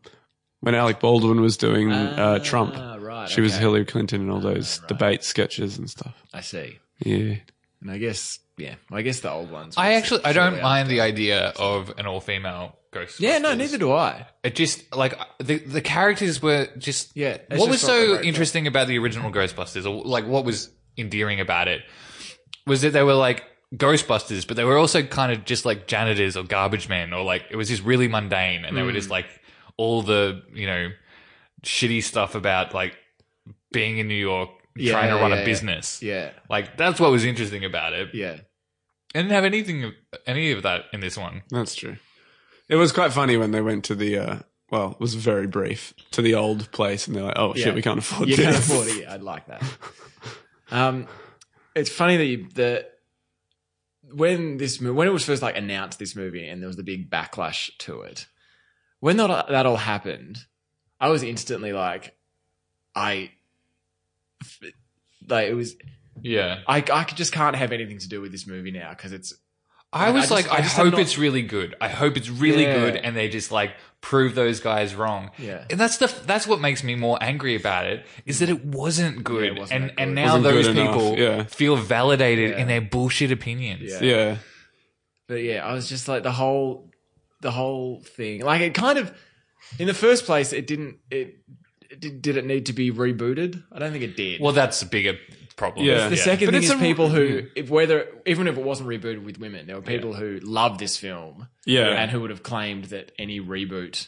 Speaker 2: when Alec Baldwin was doing uh, Trump.
Speaker 1: ah, right?
Speaker 2: She was
Speaker 1: okay.
Speaker 2: Hillary Clinton in all those debate sketches and stuff.
Speaker 1: I see.
Speaker 2: Yeah.
Speaker 1: And I guess, yeah, I guess the old ones.
Speaker 3: I
Speaker 1: were
Speaker 3: actually I don't
Speaker 1: shortly
Speaker 3: mind
Speaker 1: after.
Speaker 3: the idea of an all female ghost.
Speaker 1: Yeah, no, neither do I.
Speaker 3: It just like the the characters were just
Speaker 1: Yeah, it's just
Speaker 3: What was
Speaker 1: not the
Speaker 3: so
Speaker 1: right
Speaker 3: interesting about the original Ghostbusters, or like what was endearing about it, was that they were like Ghostbusters, but they were also kind of just like janitors or garbage men, or like it was just really mundane, and they were
Speaker 1: Hmm.
Speaker 3: just like all the you know shitty stuff about like being in New York,
Speaker 1: Yeah,
Speaker 3: trying to run
Speaker 1: yeah,
Speaker 3: a
Speaker 1: yeah.
Speaker 3: business.
Speaker 1: Yeah,
Speaker 3: Like that's what was interesting about it.
Speaker 1: yeah.
Speaker 3: I didn't have anything of any of that in this one.
Speaker 2: That's true. It was quite funny when they went to the uh, well, it was very brief to the old place, and they're like, "Oh
Speaker 1: Yeah.
Speaker 2: shit, we can't afford
Speaker 1: You
Speaker 2: this."
Speaker 1: can afford it. Yeah, I'd like that. Um, it's funny that you, that when this mo- when it was first like announced this movie and there was the big backlash to it. When that that all happened, I was instantly like, I like it was.
Speaker 3: Yeah,
Speaker 1: I I could- just can't have anything to do with this movie now because it's
Speaker 3: I
Speaker 1: I
Speaker 3: was
Speaker 1: just-
Speaker 3: like,
Speaker 1: I
Speaker 3: I,
Speaker 1: just have
Speaker 3: hope
Speaker 1: not-
Speaker 3: it's really good. I hope it's really
Speaker 1: Yeah.
Speaker 3: good, and they just like prove those guys wrong.
Speaker 1: yeah.
Speaker 3: And that's the that's what makes me more angry about it is that it wasn't good,
Speaker 1: Yeah, it wasn't
Speaker 3: and
Speaker 1: that
Speaker 3: and
Speaker 1: good.
Speaker 3: now
Speaker 2: Wasn't good
Speaker 3: those
Speaker 2: enough,
Speaker 3: people
Speaker 2: yeah.
Speaker 3: feel validated
Speaker 1: Yeah.
Speaker 3: in their bullshit opinions.
Speaker 1: Yeah.
Speaker 2: Yeah,
Speaker 1: But yeah, I was just like the whole the whole thing. Like it kind of in the first place it didn't it, it did, did it need to be rebooted? I don't think it did.
Speaker 3: Well, that's a bigger problem.
Speaker 2: Yeah.
Speaker 1: the second
Speaker 2: But
Speaker 1: thing
Speaker 2: it's
Speaker 1: is
Speaker 2: a-
Speaker 1: people who if whether even if it wasn't rebooted with women, there were people who loved this film
Speaker 2: yeah.
Speaker 1: and who would have claimed that any reboot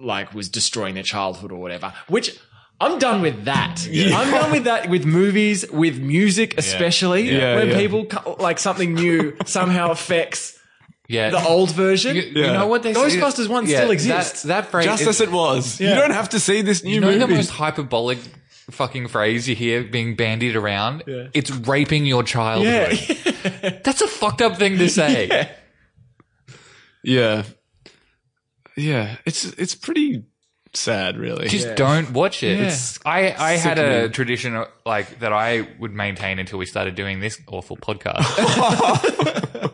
Speaker 1: like was destroying their childhood or whatever, which I'm done with that. I'm done with that with movies, with music especially,
Speaker 2: Yeah,
Speaker 1: when
Speaker 2: yeah.
Speaker 1: people co- like something new somehow affects
Speaker 3: yeah.
Speaker 1: the old version.
Speaker 3: you, you
Speaker 2: Yeah.
Speaker 3: know what they say-
Speaker 1: Ghostbusters one still
Speaker 3: that-
Speaker 1: exists.
Speaker 3: That, phrase,
Speaker 2: Just as it was. You don't have to see this new
Speaker 3: you know
Speaker 2: movie.
Speaker 3: the most hyperbolic fucking phrase you hear being bandied around.
Speaker 1: Yeah.
Speaker 3: It's raping your childhood. That's a fucked up thing to say.
Speaker 2: yeah, yeah. It's it's pretty sad, really.
Speaker 3: Just don't watch it.
Speaker 1: Yeah.
Speaker 3: It's- I, I had a
Speaker 2: sickening.
Speaker 3: tradition uh, like that I would maintain until we started doing this awful podcast.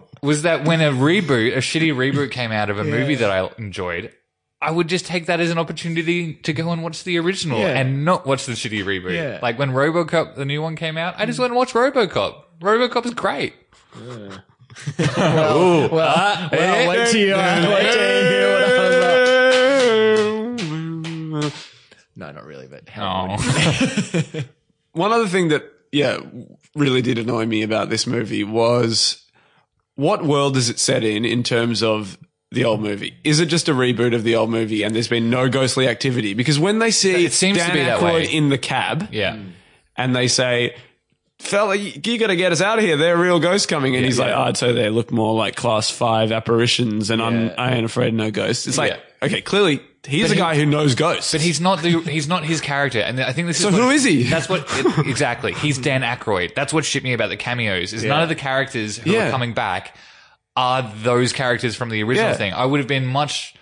Speaker 3: was that when a reboot, a shitty reboot came out of a movie that I enjoyed, I would just take that as an opportunity to go and watch the original
Speaker 1: Yeah.
Speaker 3: and not watch the shitty reboot.
Speaker 1: Yeah.
Speaker 3: Like when RoboCop, the new one came out, I just went and watched RoboCop. RoboCop's great.
Speaker 2: Ooh.
Speaker 1: Well, well wait till you wait till you hear what I was about. No, not really, but how
Speaker 3: Oh.
Speaker 2: One other thing that, yeah, really did annoy me about this movie was what world is it set in in terms of the old movie? Is it just a reboot of the old movie and there's been no ghostly activity? Because when they see
Speaker 3: It seems to
Speaker 2: Dan
Speaker 3: be that way.
Speaker 2: Aykroyd in the cab
Speaker 3: yeah.
Speaker 2: and they say, fella, you, you got to get us out of here. There are real ghosts coming. And he's like, oh, so they look more like class five apparitions and I'm, I ain't afraid of no ghosts. It's like,
Speaker 3: Yeah.
Speaker 2: okay, clearly he's a guy who knows ghosts.
Speaker 3: But he's not the, he's not his character, and I think this
Speaker 2: So
Speaker 3: is what-
Speaker 2: who is he?
Speaker 3: That's what it- exactly. He's Dan Aykroyd. That's what shit me about the cameos is none of the characters who
Speaker 2: Yeah.
Speaker 3: are coming back are those characters from the original
Speaker 2: Yeah.
Speaker 3: thing. I would have been much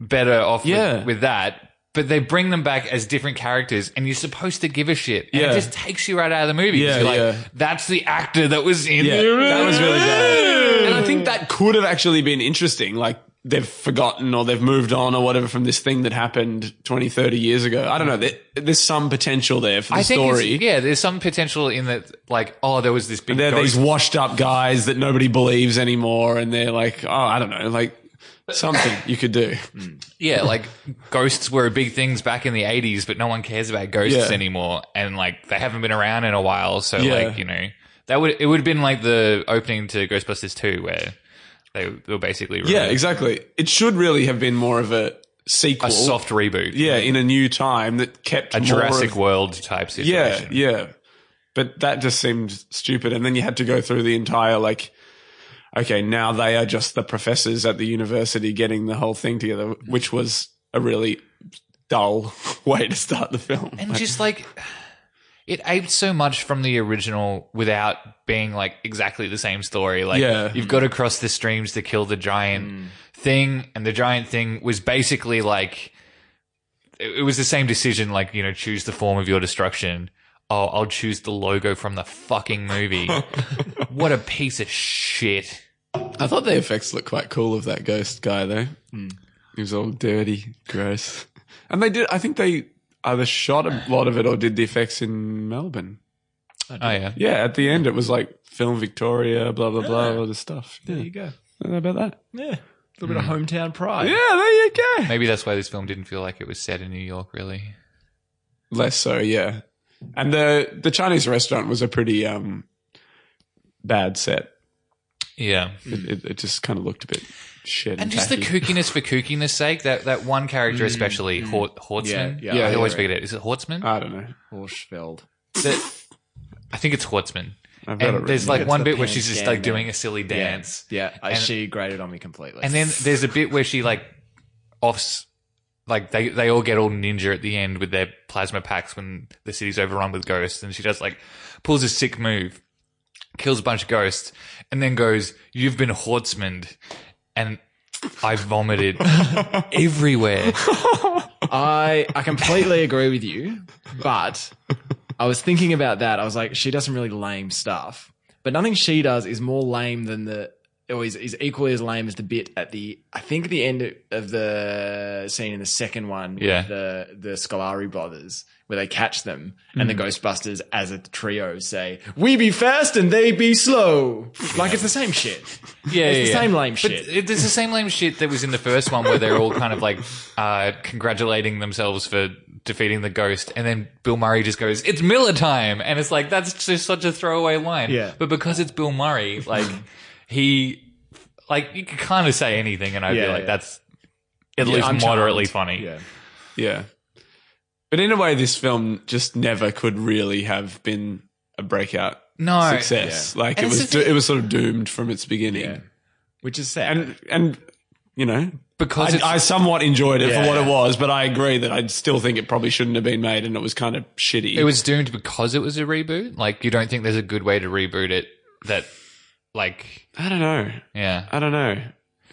Speaker 3: better off
Speaker 2: Yeah.
Speaker 3: with, with that. But they bring them back as different characters, and you're supposed to give a shit. And
Speaker 2: Yeah.
Speaker 3: It just takes you right out of the movie. 'cause
Speaker 2: Yeah,
Speaker 3: you're like,
Speaker 2: yeah.
Speaker 3: That's the actor that was in.
Speaker 2: Yeah,
Speaker 3: the
Speaker 2: that was really
Speaker 3: original."
Speaker 2: bad. And I think that could have actually been interesting. Like they've forgotten or they've moved on or whatever from this thing that happened 20, 30 years ago. I don't know. There- There's some potential there for the
Speaker 3: I think it's-
Speaker 2: story.
Speaker 3: yeah, there's some potential in that. Like, oh, there was this big.
Speaker 2: They're
Speaker 3: ghost
Speaker 2: these washed up guys that nobody believes anymore. And they're like, oh, I don't know, like something you could do.
Speaker 3: Yeah, like ghosts were big things back in the 80s, but no one cares about ghosts
Speaker 2: Yeah.
Speaker 3: anymore. And like they haven't been around in a while. So,
Speaker 2: Yeah.
Speaker 3: like, you know, that would, it would have been like the opening to Ghostbusters 2, where they were basically
Speaker 2: Yeah,
Speaker 3: really
Speaker 2: exactly. It should really have been more of a sequel.
Speaker 3: a soft reboot.
Speaker 2: yeah, in a new time that kept
Speaker 3: A
Speaker 2: more
Speaker 3: Jurassic
Speaker 2: of-
Speaker 3: World type
Speaker 2: Yeah,
Speaker 3: situation.
Speaker 2: yeah. But that just seemed stupid. And then you had to go through the entire like, okay, now they are just the professors at the university getting the whole thing together, which was a really dull way to start the film.
Speaker 3: And just like, it aped so much from the original without being like exactly the same story. Like,
Speaker 2: Yeah.
Speaker 3: you've got to cross the streams to kill the giant thing. And the giant thing was basically like, it it was the same decision, like, you know, choose the form of your destruction. Oh, I'll choose the logo from the fucking movie. what a piece of shit.
Speaker 2: I thought the effects looked quite cool of that ghost guy though. He was all dirty, gross. Hmm. And they did, I think they either shot a lot of it or did the effects in Melbourne.
Speaker 3: Oh, yeah.
Speaker 2: Yeah, at the end it was like Film Victoria, blah, blah, blah, all this stuff.
Speaker 1: There
Speaker 2: Yeah.
Speaker 1: you go.
Speaker 2: How about that?
Speaker 1: Yeah, a little bit of hometown pride.
Speaker 2: Yeah, there you go.
Speaker 3: Maybe that's why this film didn't feel like it was set in New York, really.
Speaker 2: less so yeah and the the chinese restaurant was a pretty um bad set
Speaker 3: Yeah.
Speaker 2: it, it, it just kind of looked a bit shit and,
Speaker 3: And just the
Speaker 2: tacky.
Speaker 3: kookiness for kookiness sake, that, that one character especially, Hort, Hortzman.
Speaker 1: Yeah,
Speaker 2: yeah,
Speaker 3: I
Speaker 2: yeah, Uh,
Speaker 3: always
Speaker 1: right.
Speaker 3: forget it. Is it Hortzman?
Speaker 2: i don't know
Speaker 1: Horsfeld.
Speaker 3: I think it's Hortzman.
Speaker 2: i've got it
Speaker 3: And there's
Speaker 2: written.
Speaker 3: like one
Speaker 1: the
Speaker 3: bit where
Speaker 1: pan
Speaker 3: she's just
Speaker 1: scan
Speaker 3: like
Speaker 1: man.
Speaker 3: doing a silly dance,
Speaker 1: Yeah, I,
Speaker 3: And-
Speaker 1: she grated on me completely.
Speaker 3: and then there's a bit where she like offs, like they they all get all ninja at the end with their plasma packs when the city's overrun with ghosts, and she does like pulls a sick move, kills a bunch of ghosts, and then goes, "You've been Hortzmaned," and I vomited everywhere.
Speaker 1: I I completely agree with you, but I was thinking about that. I was like, she does some really lame stuff, but nothing she does is more lame than the. Or is, is equally as lame as the bit at the I think the end of the scene in the second one, with
Speaker 3: Yeah.
Speaker 1: the the Scolari brothers where they catch them and the Ghostbusters as a trio say, "We be fast and they be slow," like it's the same shit.
Speaker 3: Yeah,
Speaker 1: It's the
Speaker 3: yeah, yeah.
Speaker 1: same lame
Speaker 3: But
Speaker 1: shit.
Speaker 3: it- it's the same lame shit that was in the first one where they're all kind of like uh, congratulating themselves for defeating the ghost, and then Bill Murray just goes, "It's Miller time," and it's like that's just such a throwaway line.
Speaker 1: Yeah.
Speaker 3: But because it's Bill Murray, like he, like you could kind of say anything, and I
Speaker 1: Yeah,
Speaker 3: feel like
Speaker 1: yeah.
Speaker 3: that's at
Speaker 1: Yeah,
Speaker 3: least
Speaker 1: I'm
Speaker 3: moderately
Speaker 1: charmed.
Speaker 3: funny.
Speaker 1: Yeah.
Speaker 2: yeah but in a way this film just never could really have been a breakout
Speaker 3: No,
Speaker 2: success like
Speaker 3: And
Speaker 2: it
Speaker 3: it's
Speaker 2: was
Speaker 3: the
Speaker 2: do- it was sort of doomed from its beginning
Speaker 1: Yeah. Which is sad.
Speaker 2: and and you know
Speaker 3: because
Speaker 2: I,
Speaker 3: it's,
Speaker 2: I somewhat enjoyed it
Speaker 1: Yeah.
Speaker 2: for what it was, but I agree that I still think it probably shouldn't have been made, and it was kind of shitty.
Speaker 3: it was doomed because it was a reboot. Like you don't think there's a good way to reboot it that, like,
Speaker 2: I don't know.
Speaker 3: yeah.
Speaker 2: I don't know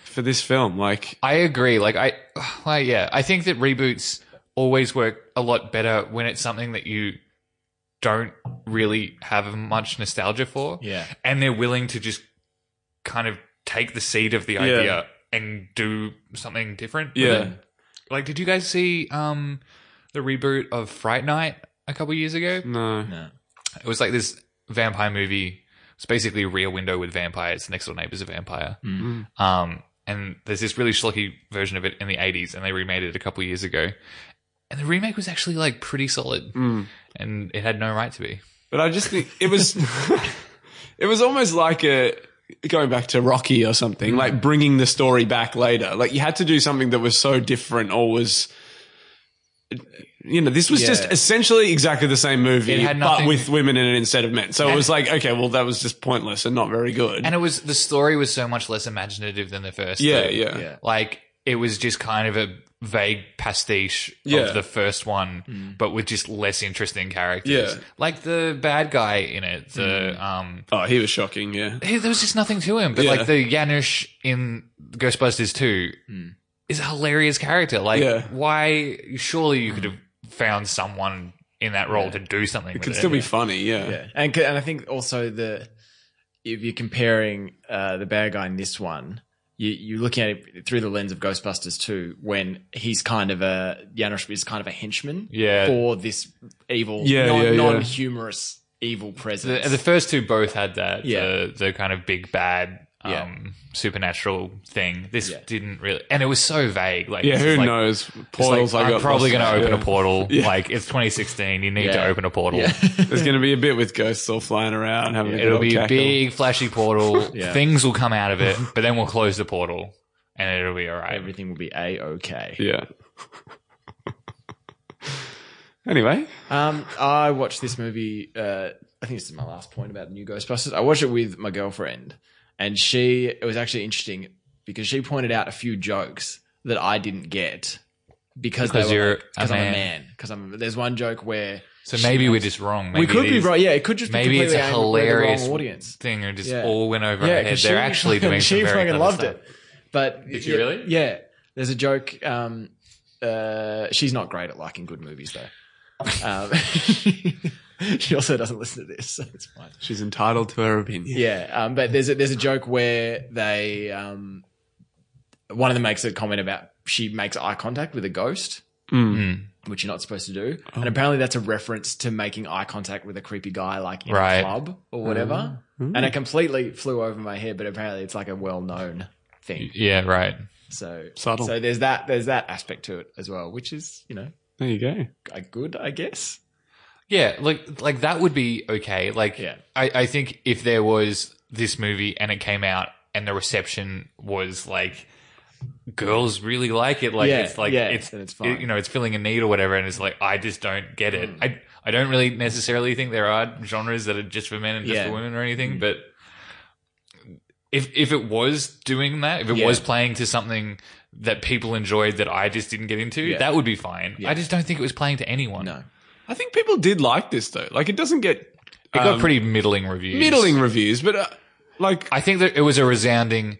Speaker 2: for this film. Like,
Speaker 3: I agree. Like I, well, yeah, I think that reboots always work a lot better when it's something that you don't really have much nostalgia for.
Speaker 1: Yeah.
Speaker 3: and they're willing to just kind of take the seed of the idea and do something different. with
Speaker 2: yeah,
Speaker 3: it. Like, did you guys see um the reboot of Fright Night a couple years ago?
Speaker 2: No.
Speaker 1: No.
Speaker 3: It was like this vampire movie. It's basically a rear window with vampires. The next door neighbor's a vampire.
Speaker 2: Mm.
Speaker 3: Um, and there's this really schlocky version of it in the 80s, and they remade it a couple years ago. And the remake was actually like pretty solid,
Speaker 2: Mm.
Speaker 3: and it had no right to be.
Speaker 2: But I just think it was, it was almost like a going back to Rocky or something, like bringing the story back later. Like you had to do something that was so different, or was, you know, this was
Speaker 1: Yeah.
Speaker 2: just essentially exactly the same movie,
Speaker 3: It had
Speaker 2: but
Speaker 3: nothing-
Speaker 2: with women in it instead of men. So it was like, okay, well, that was just pointless and not very good.
Speaker 3: And it was the story was so much less imaginative than the first.
Speaker 2: yeah,
Speaker 3: though.
Speaker 2: yeah,
Speaker 1: Yeah.
Speaker 3: Like it was just kind of a vague pastiche
Speaker 2: Yeah.
Speaker 3: of the first one, but with just less interesting characters.
Speaker 2: Yeah.
Speaker 3: Like the bad guy in it, the um
Speaker 2: Oh, he was shocking. Yeah,
Speaker 3: he, there was just nothing to him. But
Speaker 2: Yeah.
Speaker 3: like the Yanush in Ghostbusters 2 is a hilarious character. Like
Speaker 2: Hmm. Yeah.
Speaker 3: why surely you could have found someone in that role to do something.
Speaker 2: it could
Speaker 3: with
Speaker 2: still
Speaker 3: it.
Speaker 2: be funny. Yeah.
Speaker 1: Yeah, and c- and I think also the if you're comparing uh, the bad guy in this one, you you're looking at it through the lens of Ghostbusters too, when he's kind of a Janusz is kind of a henchman
Speaker 3: Yeah.
Speaker 1: for this evil,
Speaker 2: Yeah,
Speaker 1: non,
Speaker 2: yeah, yeah.
Speaker 1: non-humorous evil
Speaker 3: The,
Speaker 1: presence.
Speaker 3: the first two both had that.
Speaker 1: Yeah.
Speaker 3: The, the kind of big bad um,
Speaker 1: Yeah.
Speaker 3: supernatural thing. This
Speaker 1: Yeah.
Speaker 3: didn't really, and it was so vague. Like,
Speaker 2: Yeah,
Speaker 3: this
Speaker 2: who
Speaker 3: is like-
Speaker 2: knows?
Speaker 3: it's like,
Speaker 2: Portals. I
Speaker 3: I'm
Speaker 2: got
Speaker 3: probably
Speaker 2: lost
Speaker 3: going to
Speaker 2: in.
Speaker 3: open
Speaker 2: Yeah.
Speaker 3: a portal. Like, it's 2016. You need
Speaker 1: Yeah.
Speaker 3: to open a portal.
Speaker 2: There's going to be a bit with ghosts all flying around having a good
Speaker 3: It'll
Speaker 2: old
Speaker 3: be a
Speaker 2: cackle.
Speaker 3: big, flashy portal.
Speaker 1: Yeah.
Speaker 3: Things will come out of it, but then we'll close the portal and it'll be all right.
Speaker 1: Everything will be a okay.
Speaker 2: Yeah. anyway,
Speaker 1: Um, I watched this movie. Uh, I think this is my last point about the new Ghostbusters. I watched it with my girlfriend, and she it was actually interesting because she pointed out a few jokes that I didn't get because
Speaker 3: Because
Speaker 1: they were
Speaker 3: you're
Speaker 1: like-
Speaker 3: a
Speaker 1: 'cause I'm a
Speaker 3: man.
Speaker 1: man because I'm there's one joke where
Speaker 3: So maybe we're just wrong. Maybe
Speaker 1: we could
Speaker 3: it
Speaker 1: be
Speaker 3: is-
Speaker 1: right. Yeah, it could just be
Speaker 3: Maybe it's
Speaker 1: completely
Speaker 3: a
Speaker 1: aimed at the wrong
Speaker 3: hilarious
Speaker 1: audience.
Speaker 3: thing and just
Speaker 1: Yeah.
Speaker 3: all went over our
Speaker 1: 'cause
Speaker 3: head. They're actually doing
Speaker 1: she
Speaker 3: some very
Speaker 1: fucking
Speaker 3: clever
Speaker 1: loved
Speaker 3: stuff.
Speaker 1: it. But
Speaker 3: Did you
Speaker 1: yeah,
Speaker 3: really?
Speaker 1: Yeah, there's a joke. Um, uh, she's not great at liking good movies though. Um, she also doesn't listen to this, so it's fine.
Speaker 2: she's entitled to her opinion.
Speaker 1: Yeah, um, but there's a, there's a joke where they um, one of them makes a comment about she makes eye contact with a ghost,
Speaker 3: Hmm.
Speaker 2: Mm.
Speaker 1: which you're not supposed to do,
Speaker 3: Oh.
Speaker 1: and apparently that's a reference to making eye contact with a creepy guy like in a
Speaker 3: Right. Mm.
Speaker 1: club or whatever.
Speaker 2: Hmm.
Speaker 1: And it completely flew over my head, but apparently it's like a well known thing.
Speaker 3: Yeah, right.
Speaker 1: So
Speaker 2: Subtle.
Speaker 1: So there's that there's that aspect to it as well, which is you know
Speaker 2: There you go.
Speaker 1: uh, good, I guess.
Speaker 3: Yeah, like like that would be okay. Like
Speaker 1: Yeah.
Speaker 3: I, I think if there was this movie and it came out and the reception was like girls really like it, like
Speaker 1: Yeah,
Speaker 3: it's like
Speaker 1: yeah,
Speaker 3: it's
Speaker 1: then it's fine. Mm.
Speaker 3: you know, it's filling a need or whatever and it's like I just don't get it. I I don't really necessarily think there are genres that are just for men and just
Speaker 1: Yeah. Mm.
Speaker 3: for women or anything, but if if it was doing that, if it
Speaker 1: Yeah.
Speaker 3: was playing to something that people enjoyed that I just didn't get into,
Speaker 1: Yeah.
Speaker 3: that would be fine. I just don't think it was playing to anyone.
Speaker 1: No,
Speaker 2: I think people did like this though. Like it doesn't get
Speaker 3: It got
Speaker 2: um,
Speaker 3: pretty middling reviews.
Speaker 2: middling reviews, but uh, like
Speaker 3: I think that it was a resounding.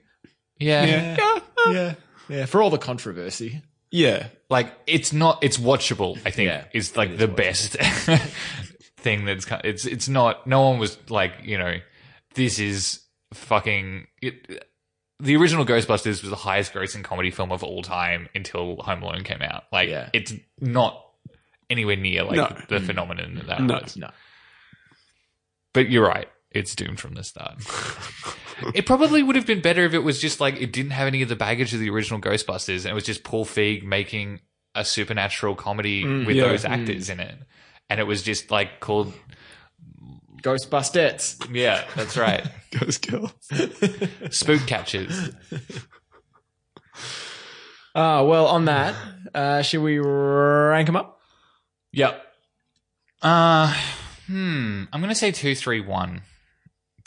Speaker 3: Yeah.
Speaker 2: yeah, yeah,
Speaker 1: yeah, yeah. For all the controversy,
Speaker 2: yeah.
Speaker 3: Like it's not. It's watchable. I think
Speaker 1: Yeah.
Speaker 3: is like the best thing that's. co- It's it's not. No one was like you know, this is fucking. It, the original Ghostbusters was the highest grossing comedy film of all time until Home Alone came out. Like
Speaker 1: Yeah.
Speaker 3: it's not anywhere near like
Speaker 2: No.
Speaker 3: the phenomenon that that
Speaker 2: No.
Speaker 3: was.
Speaker 1: no.
Speaker 3: But you're right. It's doomed from the start. it probably would have been better if it was just like it didn't have any of the baggage of the original Ghostbusters and it was just Paul Feig making a supernatural comedy
Speaker 1: Mm.
Speaker 3: with
Speaker 2: yeah.
Speaker 3: those actors in it. And it was just like called
Speaker 1: Ghostbusters.
Speaker 3: Yeah, that's right.
Speaker 2: Ghost girl.
Speaker 3: Spook catchers.
Speaker 1: Ah, well, on that, uh, should we rank them up?
Speaker 3: Yep. Uh hmm. I'm gonna say two three one.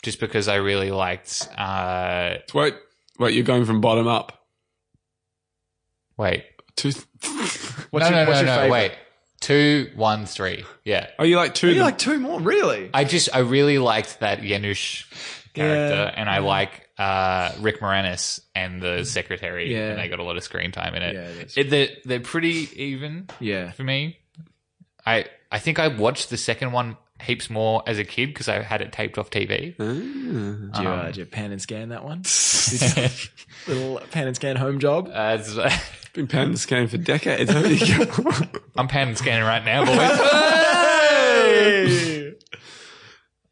Speaker 3: Just because I really liked uh
Speaker 2: Wait, wait. You're going from bottom up.
Speaker 3: wait.
Speaker 2: Two.
Speaker 1: What's
Speaker 3: no,
Speaker 1: your- what's
Speaker 3: no, no,
Speaker 1: your
Speaker 3: no,
Speaker 1: favourite?
Speaker 3: wait. Two, one, three. Yeah.
Speaker 2: Are you like two?
Speaker 1: You
Speaker 2: the-
Speaker 1: like two more, really?
Speaker 3: I just I really liked that Yanush character, and I like uh, Rick Moranis and
Speaker 2: Mm.
Speaker 3: the secretary,
Speaker 1: Yeah.
Speaker 3: and they got a lot of screen time in it.
Speaker 1: Yeah, that's-
Speaker 3: It- they're they're pretty even
Speaker 1: yeah,
Speaker 3: for me. I I think I watched the second one heaps more as a kid because I had it taped off TV.
Speaker 2: Ah.
Speaker 1: do you,
Speaker 3: Um,
Speaker 1: uh, do you pan and scan that one? Little pan and scan home job.
Speaker 3: As
Speaker 2: Been panning this game for decades. haven't you?
Speaker 3: I'm pan scanning right now, boys. Uh,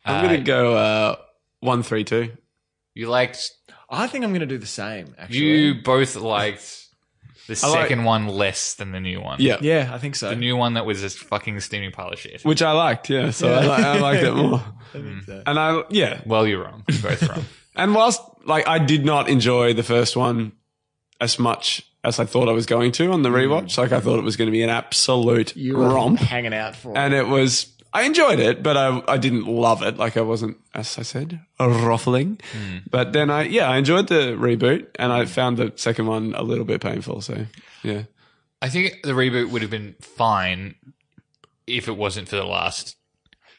Speaker 2: I'm gonna go uh, one three two.
Speaker 3: you liked.
Speaker 1: I think I'm going to do the same. Actually,
Speaker 3: You both liked the
Speaker 2: like-
Speaker 3: second one less than the new one.
Speaker 2: Yeah.
Speaker 1: yeah, I think so.
Speaker 3: The new one that was just fucking steamy pile of shit.
Speaker 2: Which I liked, yeah. So I, li- I liked it more.
Speaker 1: I think so.
Speaker 2: And I, yeah.
Speaker 3: Well, you're wrong. You're both wrong.
Speaker 2: And whilst, like, I did not enjoy the first one as much as I thought I was going to on the rewatch. Like, I thought it was going to be an absolute
Speaker 1: You were
Speaker 2: romp.
Speaker 1: hanging out for.
Speaker 2: And it was, I enjoyed it, but I, I didn't love it. Like, I wasn't, as I said, a ruffling. But then I, yeah, I enjoyed the reboot and I found the second one a little bit painful. So, yeah.
Speaker 3: I think the reboot would have been fine if it wasn't for the last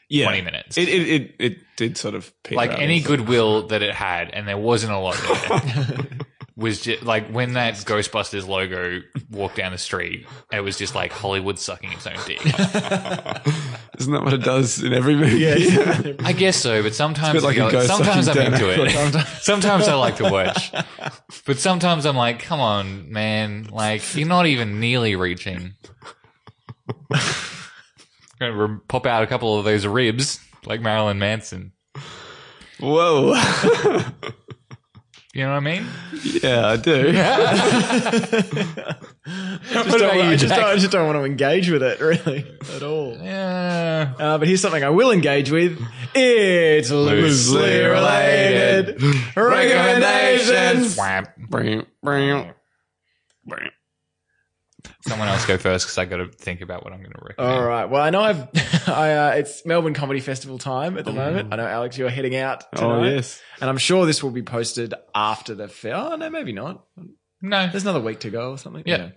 Speaker 2: Yeah.
Speaker 3: 20 minutes.
Speaker 2: It, it, it, it did sort of peter
Speaker 3: like
Speaker 2: out.
Speaker 3: any goodwill that it had, and there wasn't a lot there. was just like when that Ghostbusters logo walked down the street, it was just like Hollywood sucking its own dick.
Speaker 2: Isn't that what it does in every movie?
Speaker 1: yeah.
Speaker 3: I guess so, but sometimes
Speaker 2: It's a bit like
Speaker 3: I
Speaker 2: a
Speaker 3: go-
Speaker 2: ghost
Speaker 3: sometimes I'm
Speaker 2: sucking
Speaker 3: into
Speaker 2: dick.
Speaker 3: it. Sometimes. I like to watch, but sometimes I'm like, come on, man! Like you're not even nearly reaching. Gonna re- pop out a couple of those ribs, like Marilyn Manson.
Speaker 2: Whoa.
Speaker 3: You know what I mean?
Speaker 2: yeah, I do.
Speaker 1: Just don't
Speaker 3: about
Speaker 1: wa-
Speaker 3: you,
Speaker 1: I just
Speaker 3: Jack?
Speaker 1: don't- I just don't want to engage with it really at all.
Speaker 3: Yeah.
Speaker 1: Uh, but here's something I will engage with. It's loosely, related. Recommendations.
Speaker 3: Wham. Someone else go first because I got to think about what I'm going to recommend.
Speaker 1: All right. Well, I know I've. I, uh, it's Melbourne Comedy Festival time at the moment. I know Alex, you're heading out
Speaker 2: Oh,
Speaker 1: tonight,
Speaker 2: yes.
Speaker 1: and I'm sure this will be posted after the fair. Oh, no, maybe not.
Speaker 3: No,
Speaker 1: There's another week to go or something.
Speaker 3: Yeah.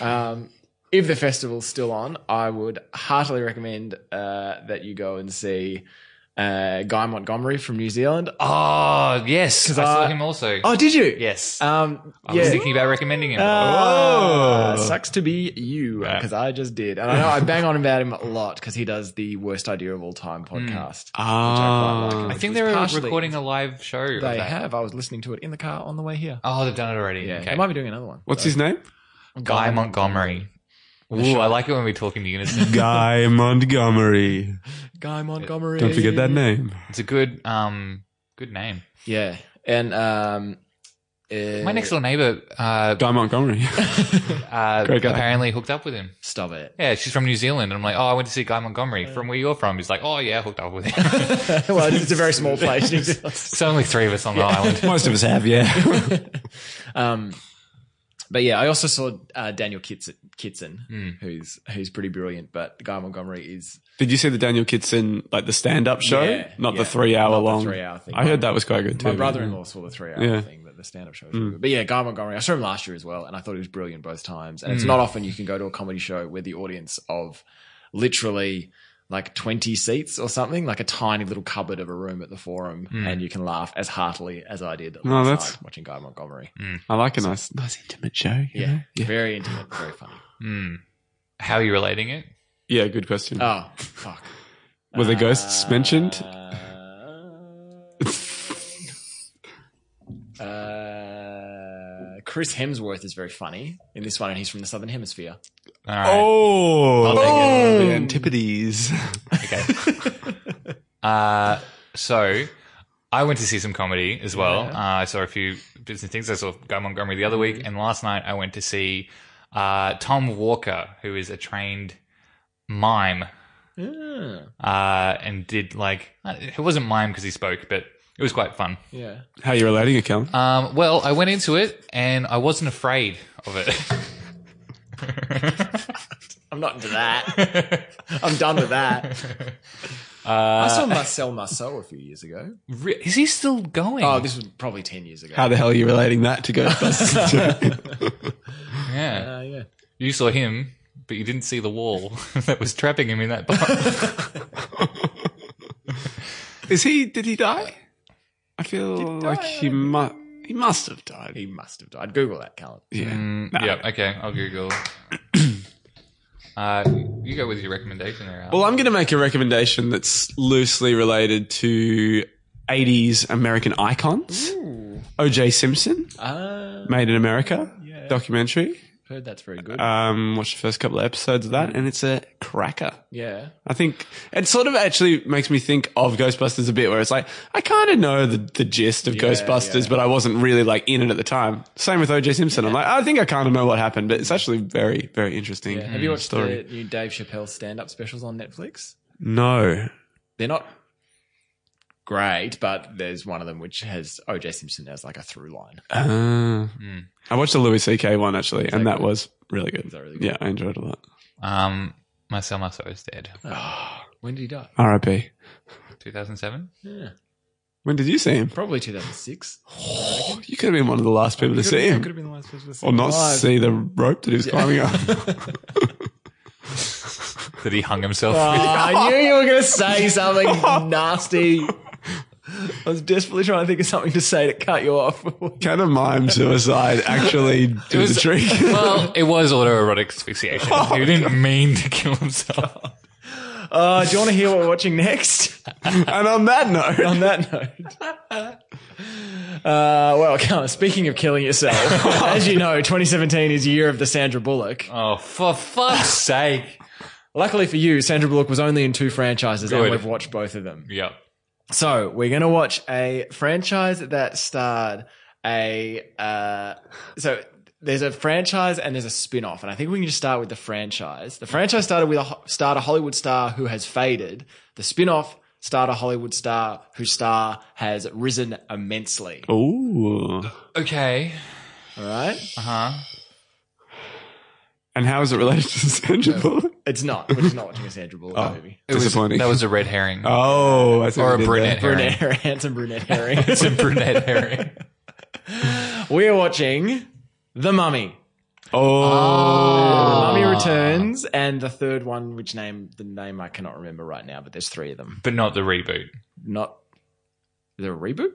Speaker 1: Yeah. Um, if the festival's still on, I would heartily recommend uh, that you go and see uh, Guy Montgomery from New Zealand. Oh,
Speaker 3: Oh yes, I saw
Speaker 1: I-
Speaker 3: him also.
Speaker 1: oh, did you?
Speaker 3: yes,
Speaker 1: Um,
Speaker 3: I was
Speaker 1: yeah.
Speaker 3: thinking about recommending him.
Speaker 2: Uh,
Speaker 1: Ah,
Speaker 2: Oh.
Speaker 1: Sucks to be you
Speaker 3: Yeah.
Speaker 1: because I just did, and I know I bang on about him a lot because he does the worst idea of all time
Speaker 3: Hmm.
Speaker 1: podcast.
Speaker 2: Ah.
Speaker 3: I
Speaker 1: which
Speaker 3: think
Speaker 1: was
Speaker 3: they were
Speaker 1: partially-
Speaker 3: recording a live show. of
Speaker 1: They
Speaker 3: that.
Speaker 1: have. I was listening to it in the car on the way here.
Speaker 3: Oh, they've done it already.
Speaker 1: Yeah,
Speaker 3: okay.
Speaker 1: they might be doing another one.
Speaker 2: What's his name?
Speaker 3: Guy Montgomery. Ooh, I like it when we're talking to unison.
Speaker 2: Guy Montgomery.
Speaker 1: Guy Montgomery?
Speaker 2: Don't forget that name.
Speaker 3: it's a good, um, good name.
Speaker 1: Yeah, and um,
Speaker 3: My
Speaker 1: uh,
Speaker 3: next door neighbor, uh,
Speaker 2: Guy Montgomery.
Speaker 3: uh
Speaker 2: Great guy.
Speaker 3: apparently hooked up with him.
Speaker 1: Stop it.
Speaker 3: Yeah, she's from New Zealand, and I'm like, oh, I went to see Guy Montgomery from where you're from. He's like, oh yeah, I hooked up with him.
Speaker 1: well, it's a very small place. New Zealand.
Speaker 3: it's only three of us on the island.
Speaker 2: Most of us have, yeah.
Speaker 1: um, but yeah, I also saw uh, Daniel Kitson, Kitson who's who's pretty brilliant. But Guy Montgomery is
Speaker 2: Did you see the Daniel Kitson, like the stand up show?
Speaker 1: Yeah,
Speaker 2: Not
Speaker 1: yeah.
Speaker 2: the three hour
Speaker 1: Not the
Speaker 2: long.
Speaker 1: three-hour thing.
Speaker 2: I heard that was quite good too.
Speaker 1: my brother-in-law saw the three-hour
Speaker 2: Yeah. Mm.
Speaker 1: thing, but the stand-up show. Was really good. But yeah, Guy Montgomery. I saw him last year as well, and I thought he was brilliant both times. And it's
Speaker 2: Mm.
Speaker 1: not often you can go to a comedy show where the audience of literally like 20 seats or something, like a tiny little cupboard of a room at the Forum, and you can laugh as heartily as I did last
Speaker 2: Mm. that's-
Speaker 1: night watching Guy Montgomery.
Speaker 2: I like a nice, nice intimate show. you
Speaker 1: Yeah.
Speaker 2: know? Yeah.
Speaker 1: Very intimate, very funny.
Speaker 3: Hmm. How are you relating it?
Speaker 2: Yeah, good question.
Speaker 1: Oh, fuck.
Speaker 2: Were the ghosts mentioned?
Speaker 1: Uh, uh, Chris Hemsworth is very funny in this one, and he's from the Southern Hemisphere.
Speaker 3: All right.
Speaker 2: Oh,
Speaker 1: take it.
Speaker 2: the antipodes.
Speaker 3: Okay. uh, so I went to see some comedy as well.
Speaker 1: Yeah. Mm-hmm.
Speaker 3: Uh, I saw a few bits and things. I saw Guy Montgomery the other week, and last night I went to see uh, Tom Walker, who is a trained mime,
Speaker 1: Yeah.
Speaker 3: uh, and did like uh, it wasn't mime because he spoke, but it was quite fun.
Speaker 1: yeah.
Speaker 2: How you relating it, Callum?
Speaker 3: Um, well, I went into it and I wasn't afraid of it.
Speaker 1: I'm not into that. I'm done with that. I saw Marcel Marceau a few years ago.
Speaker 3: Re- is he still going?
Speaker 1: Oh, this was probably 10 years ago.
Speaker 2: How the hell are you relating that to Ghostbusters?
Speaker 3: yeah.
Speaker 1: Uh, yeah.
Speaker 3: You saw him, but you didn't see the wall that was trapping him in that box.
Speaker 2: Is he? Did he die? I feel like he must. He must have died.
Speaker 1: He must have died. Google that, Callum.
Speaker 2: Yeah.
Speaker 3: Mm, yeah, okay, I'll Google. Uh, you go with your recommendation there. Al.
Speaker 2: Well, I'm going to make a recommendation that's loosely related to 80s American icons. O.J. Simpson,
Speaker 1: Uh,
Speaker 2: Made in America documentary.
Speaker 1: Heard that's very good.
Speaker 2: Um, watched the first couple of episodes of that, and it's a cracker.
Speaker 1: yeah.
Speaker 2: I think it sort of actually makes me think of Ghostbusters a bit, where it's like I kind of know the, the gist of Ghostbusters, but I wasn't really like in it at the time. Same with OJ Simpson. I'm like, I think I kind of know what happened, but it's actually very, very interesting.
Speaker 1: Yeah. Have you watched the new Dave Chappelle stand-up specials on Netflix?
Speaker 2: No,
Speaker 1: They're not great, but there's one of them which has OJ Simpson as like a through line.
Speaker 2: uh,
Speaker 3: Mm.
Speaker 2: I watched the Louis C.K. one actually, and that was really good.
Speaker 1: that really good?
Speaker 2: Yeah, I enjoyed it a lot.
Speaker 3: Um, Marcel Marceau is dead.
Speaker 1: When did he die?
Speaker 2: R.I.P.
Speaker 3: 2007?
Speaker 1: Yeah.
Speaker 2: When did you see him?
Speaker 1: Probably 2006.
Speaker 2: Oh, you could have been one of the last people to see
Speaker 1: That
Speaker 2: him,
Speaker 1: could have been the last person to see
Speaker 2: or
Speaker 1: him
Speaker 2: not
Speaker 1: alive.
Speaker 2: see the rope that he was climbing up.
Speaker 3: That he hung himself.
Speaker 1: Oh, I knew you were going to say something nasty. I was desperately trying to think of something to say to cut you off.
Speaker 2: Can a mime suicide actually do the trick?
Speaker 3: well, it was autoerotic asphyxiation. he didn't mean to kill himself.
Speaker 1: Uh, do you want to hear what we're watching next?
Speaker 2: And on that note,
Speaker 1: On that note. Uh, well, Connor, speaking of killing yourself, as you know, 2017 is year of the Sandra Bullock.
Speaker 3: Oh, for fuck's sake.
Speaker 1: Luckily for you, Sandra Bullock was only in two franchises, and
Speaker 3: Good.
Speaker 1: we've watched both of them.
Speaker 3: Yep.
Speaker 1: So we're going to watch a franchise that starred a. Uh, so there's a franchise and there's a spin-off, and I think we can just start with the franchise. The franchise started with a ho- starred a Hollywood star who has faded. The spin-off starred a Hollywood star whose star has risen immensely.
Speaker 2: ooh.
Speaker 3: Okay.
Speaker 1: All right,
Speaker 3: Uh huh.
Speaker 2: And how is it related to Sandra Bullock?
Speaker 1: it's not. We're just not watching a Sandra Bullock movie.
Speaker 2: Disappointing.
Speaker 3: That was a red herring.
Speaker 2: oh, I see
Speaker 3: or
Speaker 2: what
Speaker 3: a
Speaker 2: you did
Speaker 3: brunette herring.
Speaker 1: Brunette, handsome brunette herring.
Speaker 3: It's a brunette herring.
Speaker 1: we're watching The Mummy.
Speaker 2: there. Oh,
Speaker 1: Mummy Returns, and the third one, which name the name I cannot remember right now, but there's three of them.
Speaker 3: But not the reboot.
Speaker 1: Not the reboot.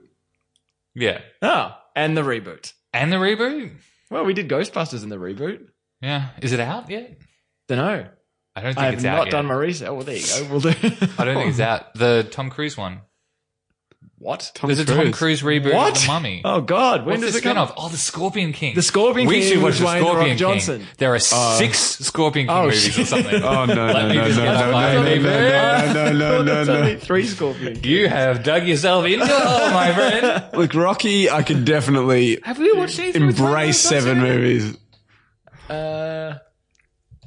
Speaker 3: Yeah.
Speaker 1: Oh, and the reboot.
Speaker 3: And the reboot?
Speaker 1: Well, we did Ghostbusters in the reboot.
Speaker 3: Yeah. Is it out yet?
Speaker 1: Don't know.
Speaker 3: I don't think
Speaker 1: I have
Speaker 3: it's out
Speaker 1: not
Speaker 3: yet.
Speaker 1: done my research. Oh, well, there you go. We'll do.
Speaker 3: I don't think
Speaker 1: Oh.
Speaker 3: it's out. The Tom Cruise one.
Speaker 1: what?
Speaker 2: Tom
Speaker 3: There's a Tom Cruise reboot
Speaker 1: What?
Speaker 3: of The Mummy.
Speaker 1: Oh God, when
Speaker 3: What's
Speaker 1: does
Speaker 3: the
Speaker 1: it come?
Speaker 3: spin-off? Oh, The Scorpion King.
Speaker 1: The Scorpion
Speaker 3: we
Speaker 1: King
Speaker 3: should
Speaker 1: with
Speaker 3: watch The
Speaker 1: Dwayne The Rock
Speaker 3: Scorpion King.
Speaker 1: Johnson. Uh,
Speaker 3: There are six Scorpion King
Speaker 1: Oh,
Speaker 3: movies or
Speaker 1: shit.
Speaker 3: something.
Speaker 2: Oh no no no
Speaker 3: me
Speaker 2: no
Speaker 3: just get
Speaker 2: no
Speaker 3: out my
Speaker 2: no, no
Speaker 3: baby.
Speaker 2: no no no
Speaker 1: Oh, That's
Speaker 2: no
Speaker 1: only
Speaker 2: no.
Speaker 1: three Scorpion. Kings.
Speaker 3: You have dug yourself into a hole, my friend.
Speaker 2: Look, Rocky, I could definitely
Speaker 3: Have we watched anything? with Dwayne
Speaker 2: embrace
Speaker 3: The Rock
Speaker 2: seven
Speaker 3: Johnson?
Speaker 2: movies.
Speaker 1: Uh,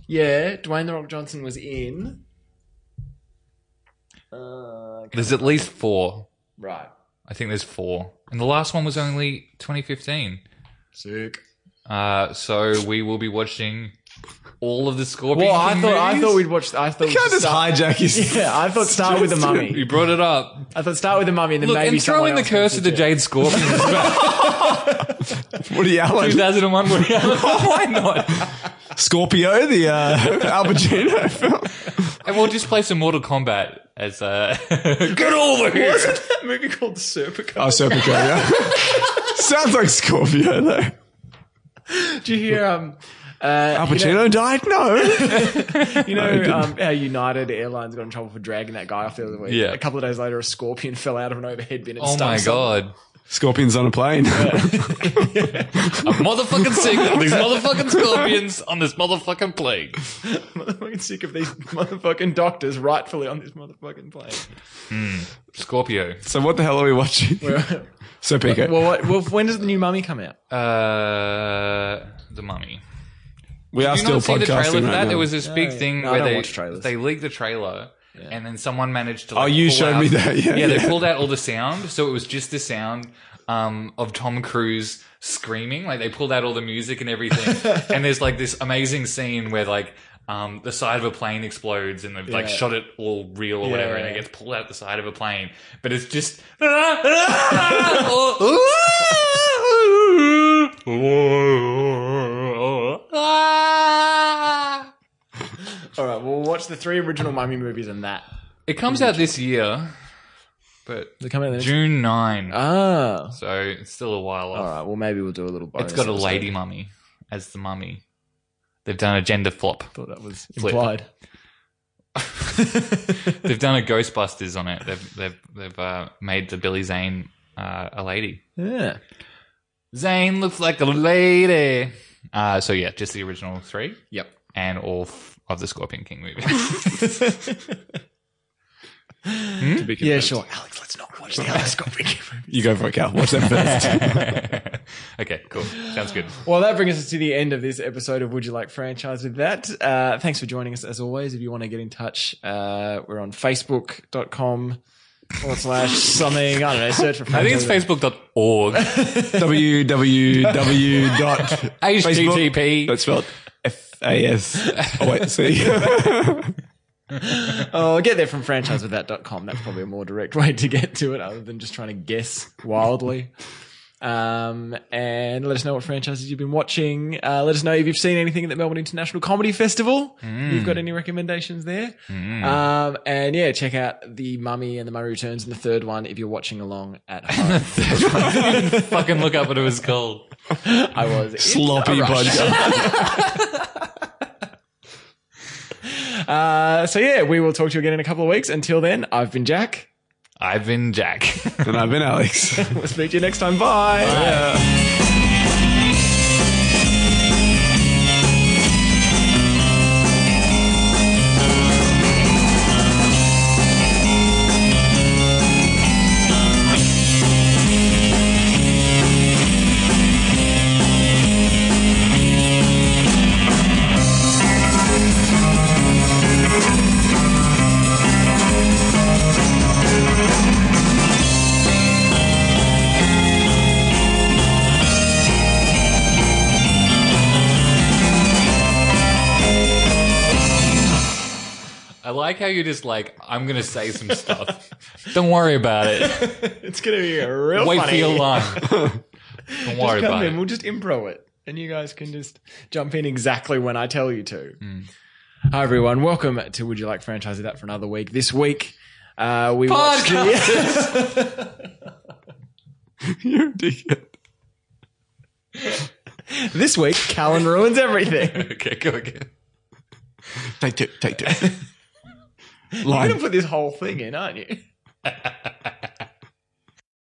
Speaker 1: yeah, Dwayne the Rock Johnson was in. Uh,
Speaker 3: There's at least four.
Speaker 1: right.
Speaker 3: I think there's four, and the last one was only 2015.
Speaker 1: Sick.
Speaker 3: Uh, so we will be watching all of the Scorpion
Speaker 1: Well, I
Speaker 3: King
Speaker 1: thought I
Speaker 3: movies?
Speaker 1: thought we'd watch. I thought
Speaker 2: You can't
Speaker 1: we'd
Speaker 2: just
Speaker 1: start,
Speaker 2: hijack his.
Speaker 1: yeah, I thought start with the mummy.
Speaker 3: You brought it up.
Speaker 1: I thought start with the mummy and then
Speaker 3: Look,
Speaker 1: maybe
Speaker 3: and throw
Speaker 1: someone
Speaker 3: in the
Speaker 1: else comes
Speaker 3: curse of the
Speaker 1: it.
Speaker 3: Jade Scorpion. as well.
Speaker 2: Woody Allen,
Speaker 3: 2001 Woody Allen. Why not?
Speaker 2: Scorpio, the uh, Al Pacino film.
Speaker 3: And we'll just play some Mortal Kombat as uh, get over here.
Speaker 1: Wasn't that movie called Serpico?
Speaker 2: Oh, Serpico, yeah. Sounds like Scorpio though.
Speaker 1: Did you hear? Um,
Speaker 2: Al Pacino died? No.
Speaker 1: you know um, how United Airlines got in trouble for dragging that guy off the other way.
Speaker 3: Yeah.
Speaker 1: A couple of days later, a scorpion fell out of an overhead bin. And
Speaker 3: Oh
Speaker 1: stung
Speaker 3: my
Speaker 1: someone.
Speaker 3: god.
Speaker 2: Scorpion's on a plane.
Speaker 3: A motherfucking signal. These motherfucking scorpions on this motherfucking plague.
Speaker 1: I'm fucking sick of these motherfucking doctors rightfully on this motherfucking plane.
Speaker 3: Scorpio.
Speaker 2: so what the hell are we watching? Serpico.
Speaker 1: well, what, well, when does the new mummy come out?
Speaker 3: Uh, the Mummy.
Speaker 2: we are
Speaker 3: Did you
Speaker 2: still
Speaker 3: not see the
Speaker 2: podcasting
Speaker 3: trailer for
Speaker 2: right
Speaker 3: that?
Speaker 2: now.
Speaker 3: There was this big thing
Speaker 1: No, I
Speaker 3: where
Speaker 1: don't
Speaker 3: they
Speaker 1: watch trailers.
Speaker 3: they leaked the trailer, and then someone managed to. Like,
Speaker 2: oh, you
Speaker 3: pull
Speaker 2: showed
Speaker 3: out-
Speaker 2: me that. Yeah,
Speaker 3: Yeah,
Speaker 2: yeah.
Speaker 3: they pulled out all the sound, so it was just the sound um, of Tom Cruise screaming. Like they pulled out all the music and everything, and there's like this amazing scene where like um, the side of a plane explodes, and they've like
Speaker 1: Yeah.
Speaker 3: shot it all real or whatever, and it
Speaker 1: yeah.
Speaker 3: gets pulled out the side of a plane. But it's just. It
Speaker 1: All right, well, we'll watch the three original mummy movies and that.
Speaker 3: comes out this year, but
Speaker 1: They come out the next-
Speaker 3: June 9.
Speaker 1: Ah.
Speaker 3: So it's still a while off.
Speaker 1: All right. Well, maybe we'll do a little. Bonus
Speaker 3: It's got a
Speaker 1: episode.
Speaker 3: lady mummy as the mummy. They've done a gender flop.
Speaker 1: Thought that was
Speaker 3: Flip.
Speaker 1: implied.
Speaker 3: They've done a Ghostbusters on it. They've they've they've uh, made the Billy Zane uh, a lady.
Speaker 1: Yeah.
Speaker 3: Zane looks like a lady. Uh, so yeah, just the original three
Speaker 1: Yep.
Speaker 3: and all f- of the Scorpion King Hmm? movies.
Speaker 2: To be
Speaker 1: Yeah,
Speaker 2: confirmed.
Speaker 1: sure. Alex, let's not watch the Alex Scott Ricky movie.
Speaker 2: You go for it, Cal. Watch that first.
Speaker 3: okay, cool. Sounds good.
Speaker 1: Well, that brings us to the end of this episode of Would You Like Franchise with that. Uh, thanks for joining us as always. If you want to get in touch, uh, we're on facebook.com forward slash something. I don't know, search for
Speaker 3: I think it's
Speaker 1: franchise.
Speaker 3: facebook.org.
Speaker 2: www.
Speaker 3: HTTP.
Speaker 2: That's spelled F A S. Oh, wait, see.
Speaker 1: Oh, get there from franchisewiththat.com. That's probably a more direct way to get to it other than just trying to guess wildly. Um, and let us know what franchises you've been watching. Uh, let us know if you've seen anything at the Melbourne International Comedy Festival.
Speaker 3: Hmm.
Speaker 1: You've got any recommendations there? Um, and yeah, check out The Mummy and The Mummy Returns and the third one if you're watching along at home.
Speaker 3: Fucking look up what it was called.
Speaker 1: I was
Speaker 2: Sloppy podcast.
Speaker 1: Uh, so yeah, we will talk to you again in a couple of weeks. Until then, I've been Jack.
Speaker 3: I've been Jack.
Speaker 2: And I've been Alex.
Speaker 1: We'll speak to you next time. Bye.
Speaker 2: Yeah.
Speaker 3: I like how you're just like, I'm going to say some stuff. Don't worry about it.
Speaker 1: It's gonna be a real
Speaker 3: Wait
Speaker 1: funny.
Speaker 3: for your line. Don't worry
Speaker 1: Just come
Speaker 3: about
Speaker 1: in.
Speaker 3: it.
Speaker 1: We'll just improv it, and you guys can just jump in exactly when I tell you to.
Speaker 3: Hmm.
Speaker 1: Hi everyone, welcome to Would You Like Franchise That for another week. This week, uh, we watched the-
Speaker 2: You're a dickhead.
Speaker 1: this week. Callan ruins everything.
Speaker 3: okay, go again.
Speaker 2: Take two. Take two. Line.
Speaker 1: You're gonna put this whole thing in, aren't you?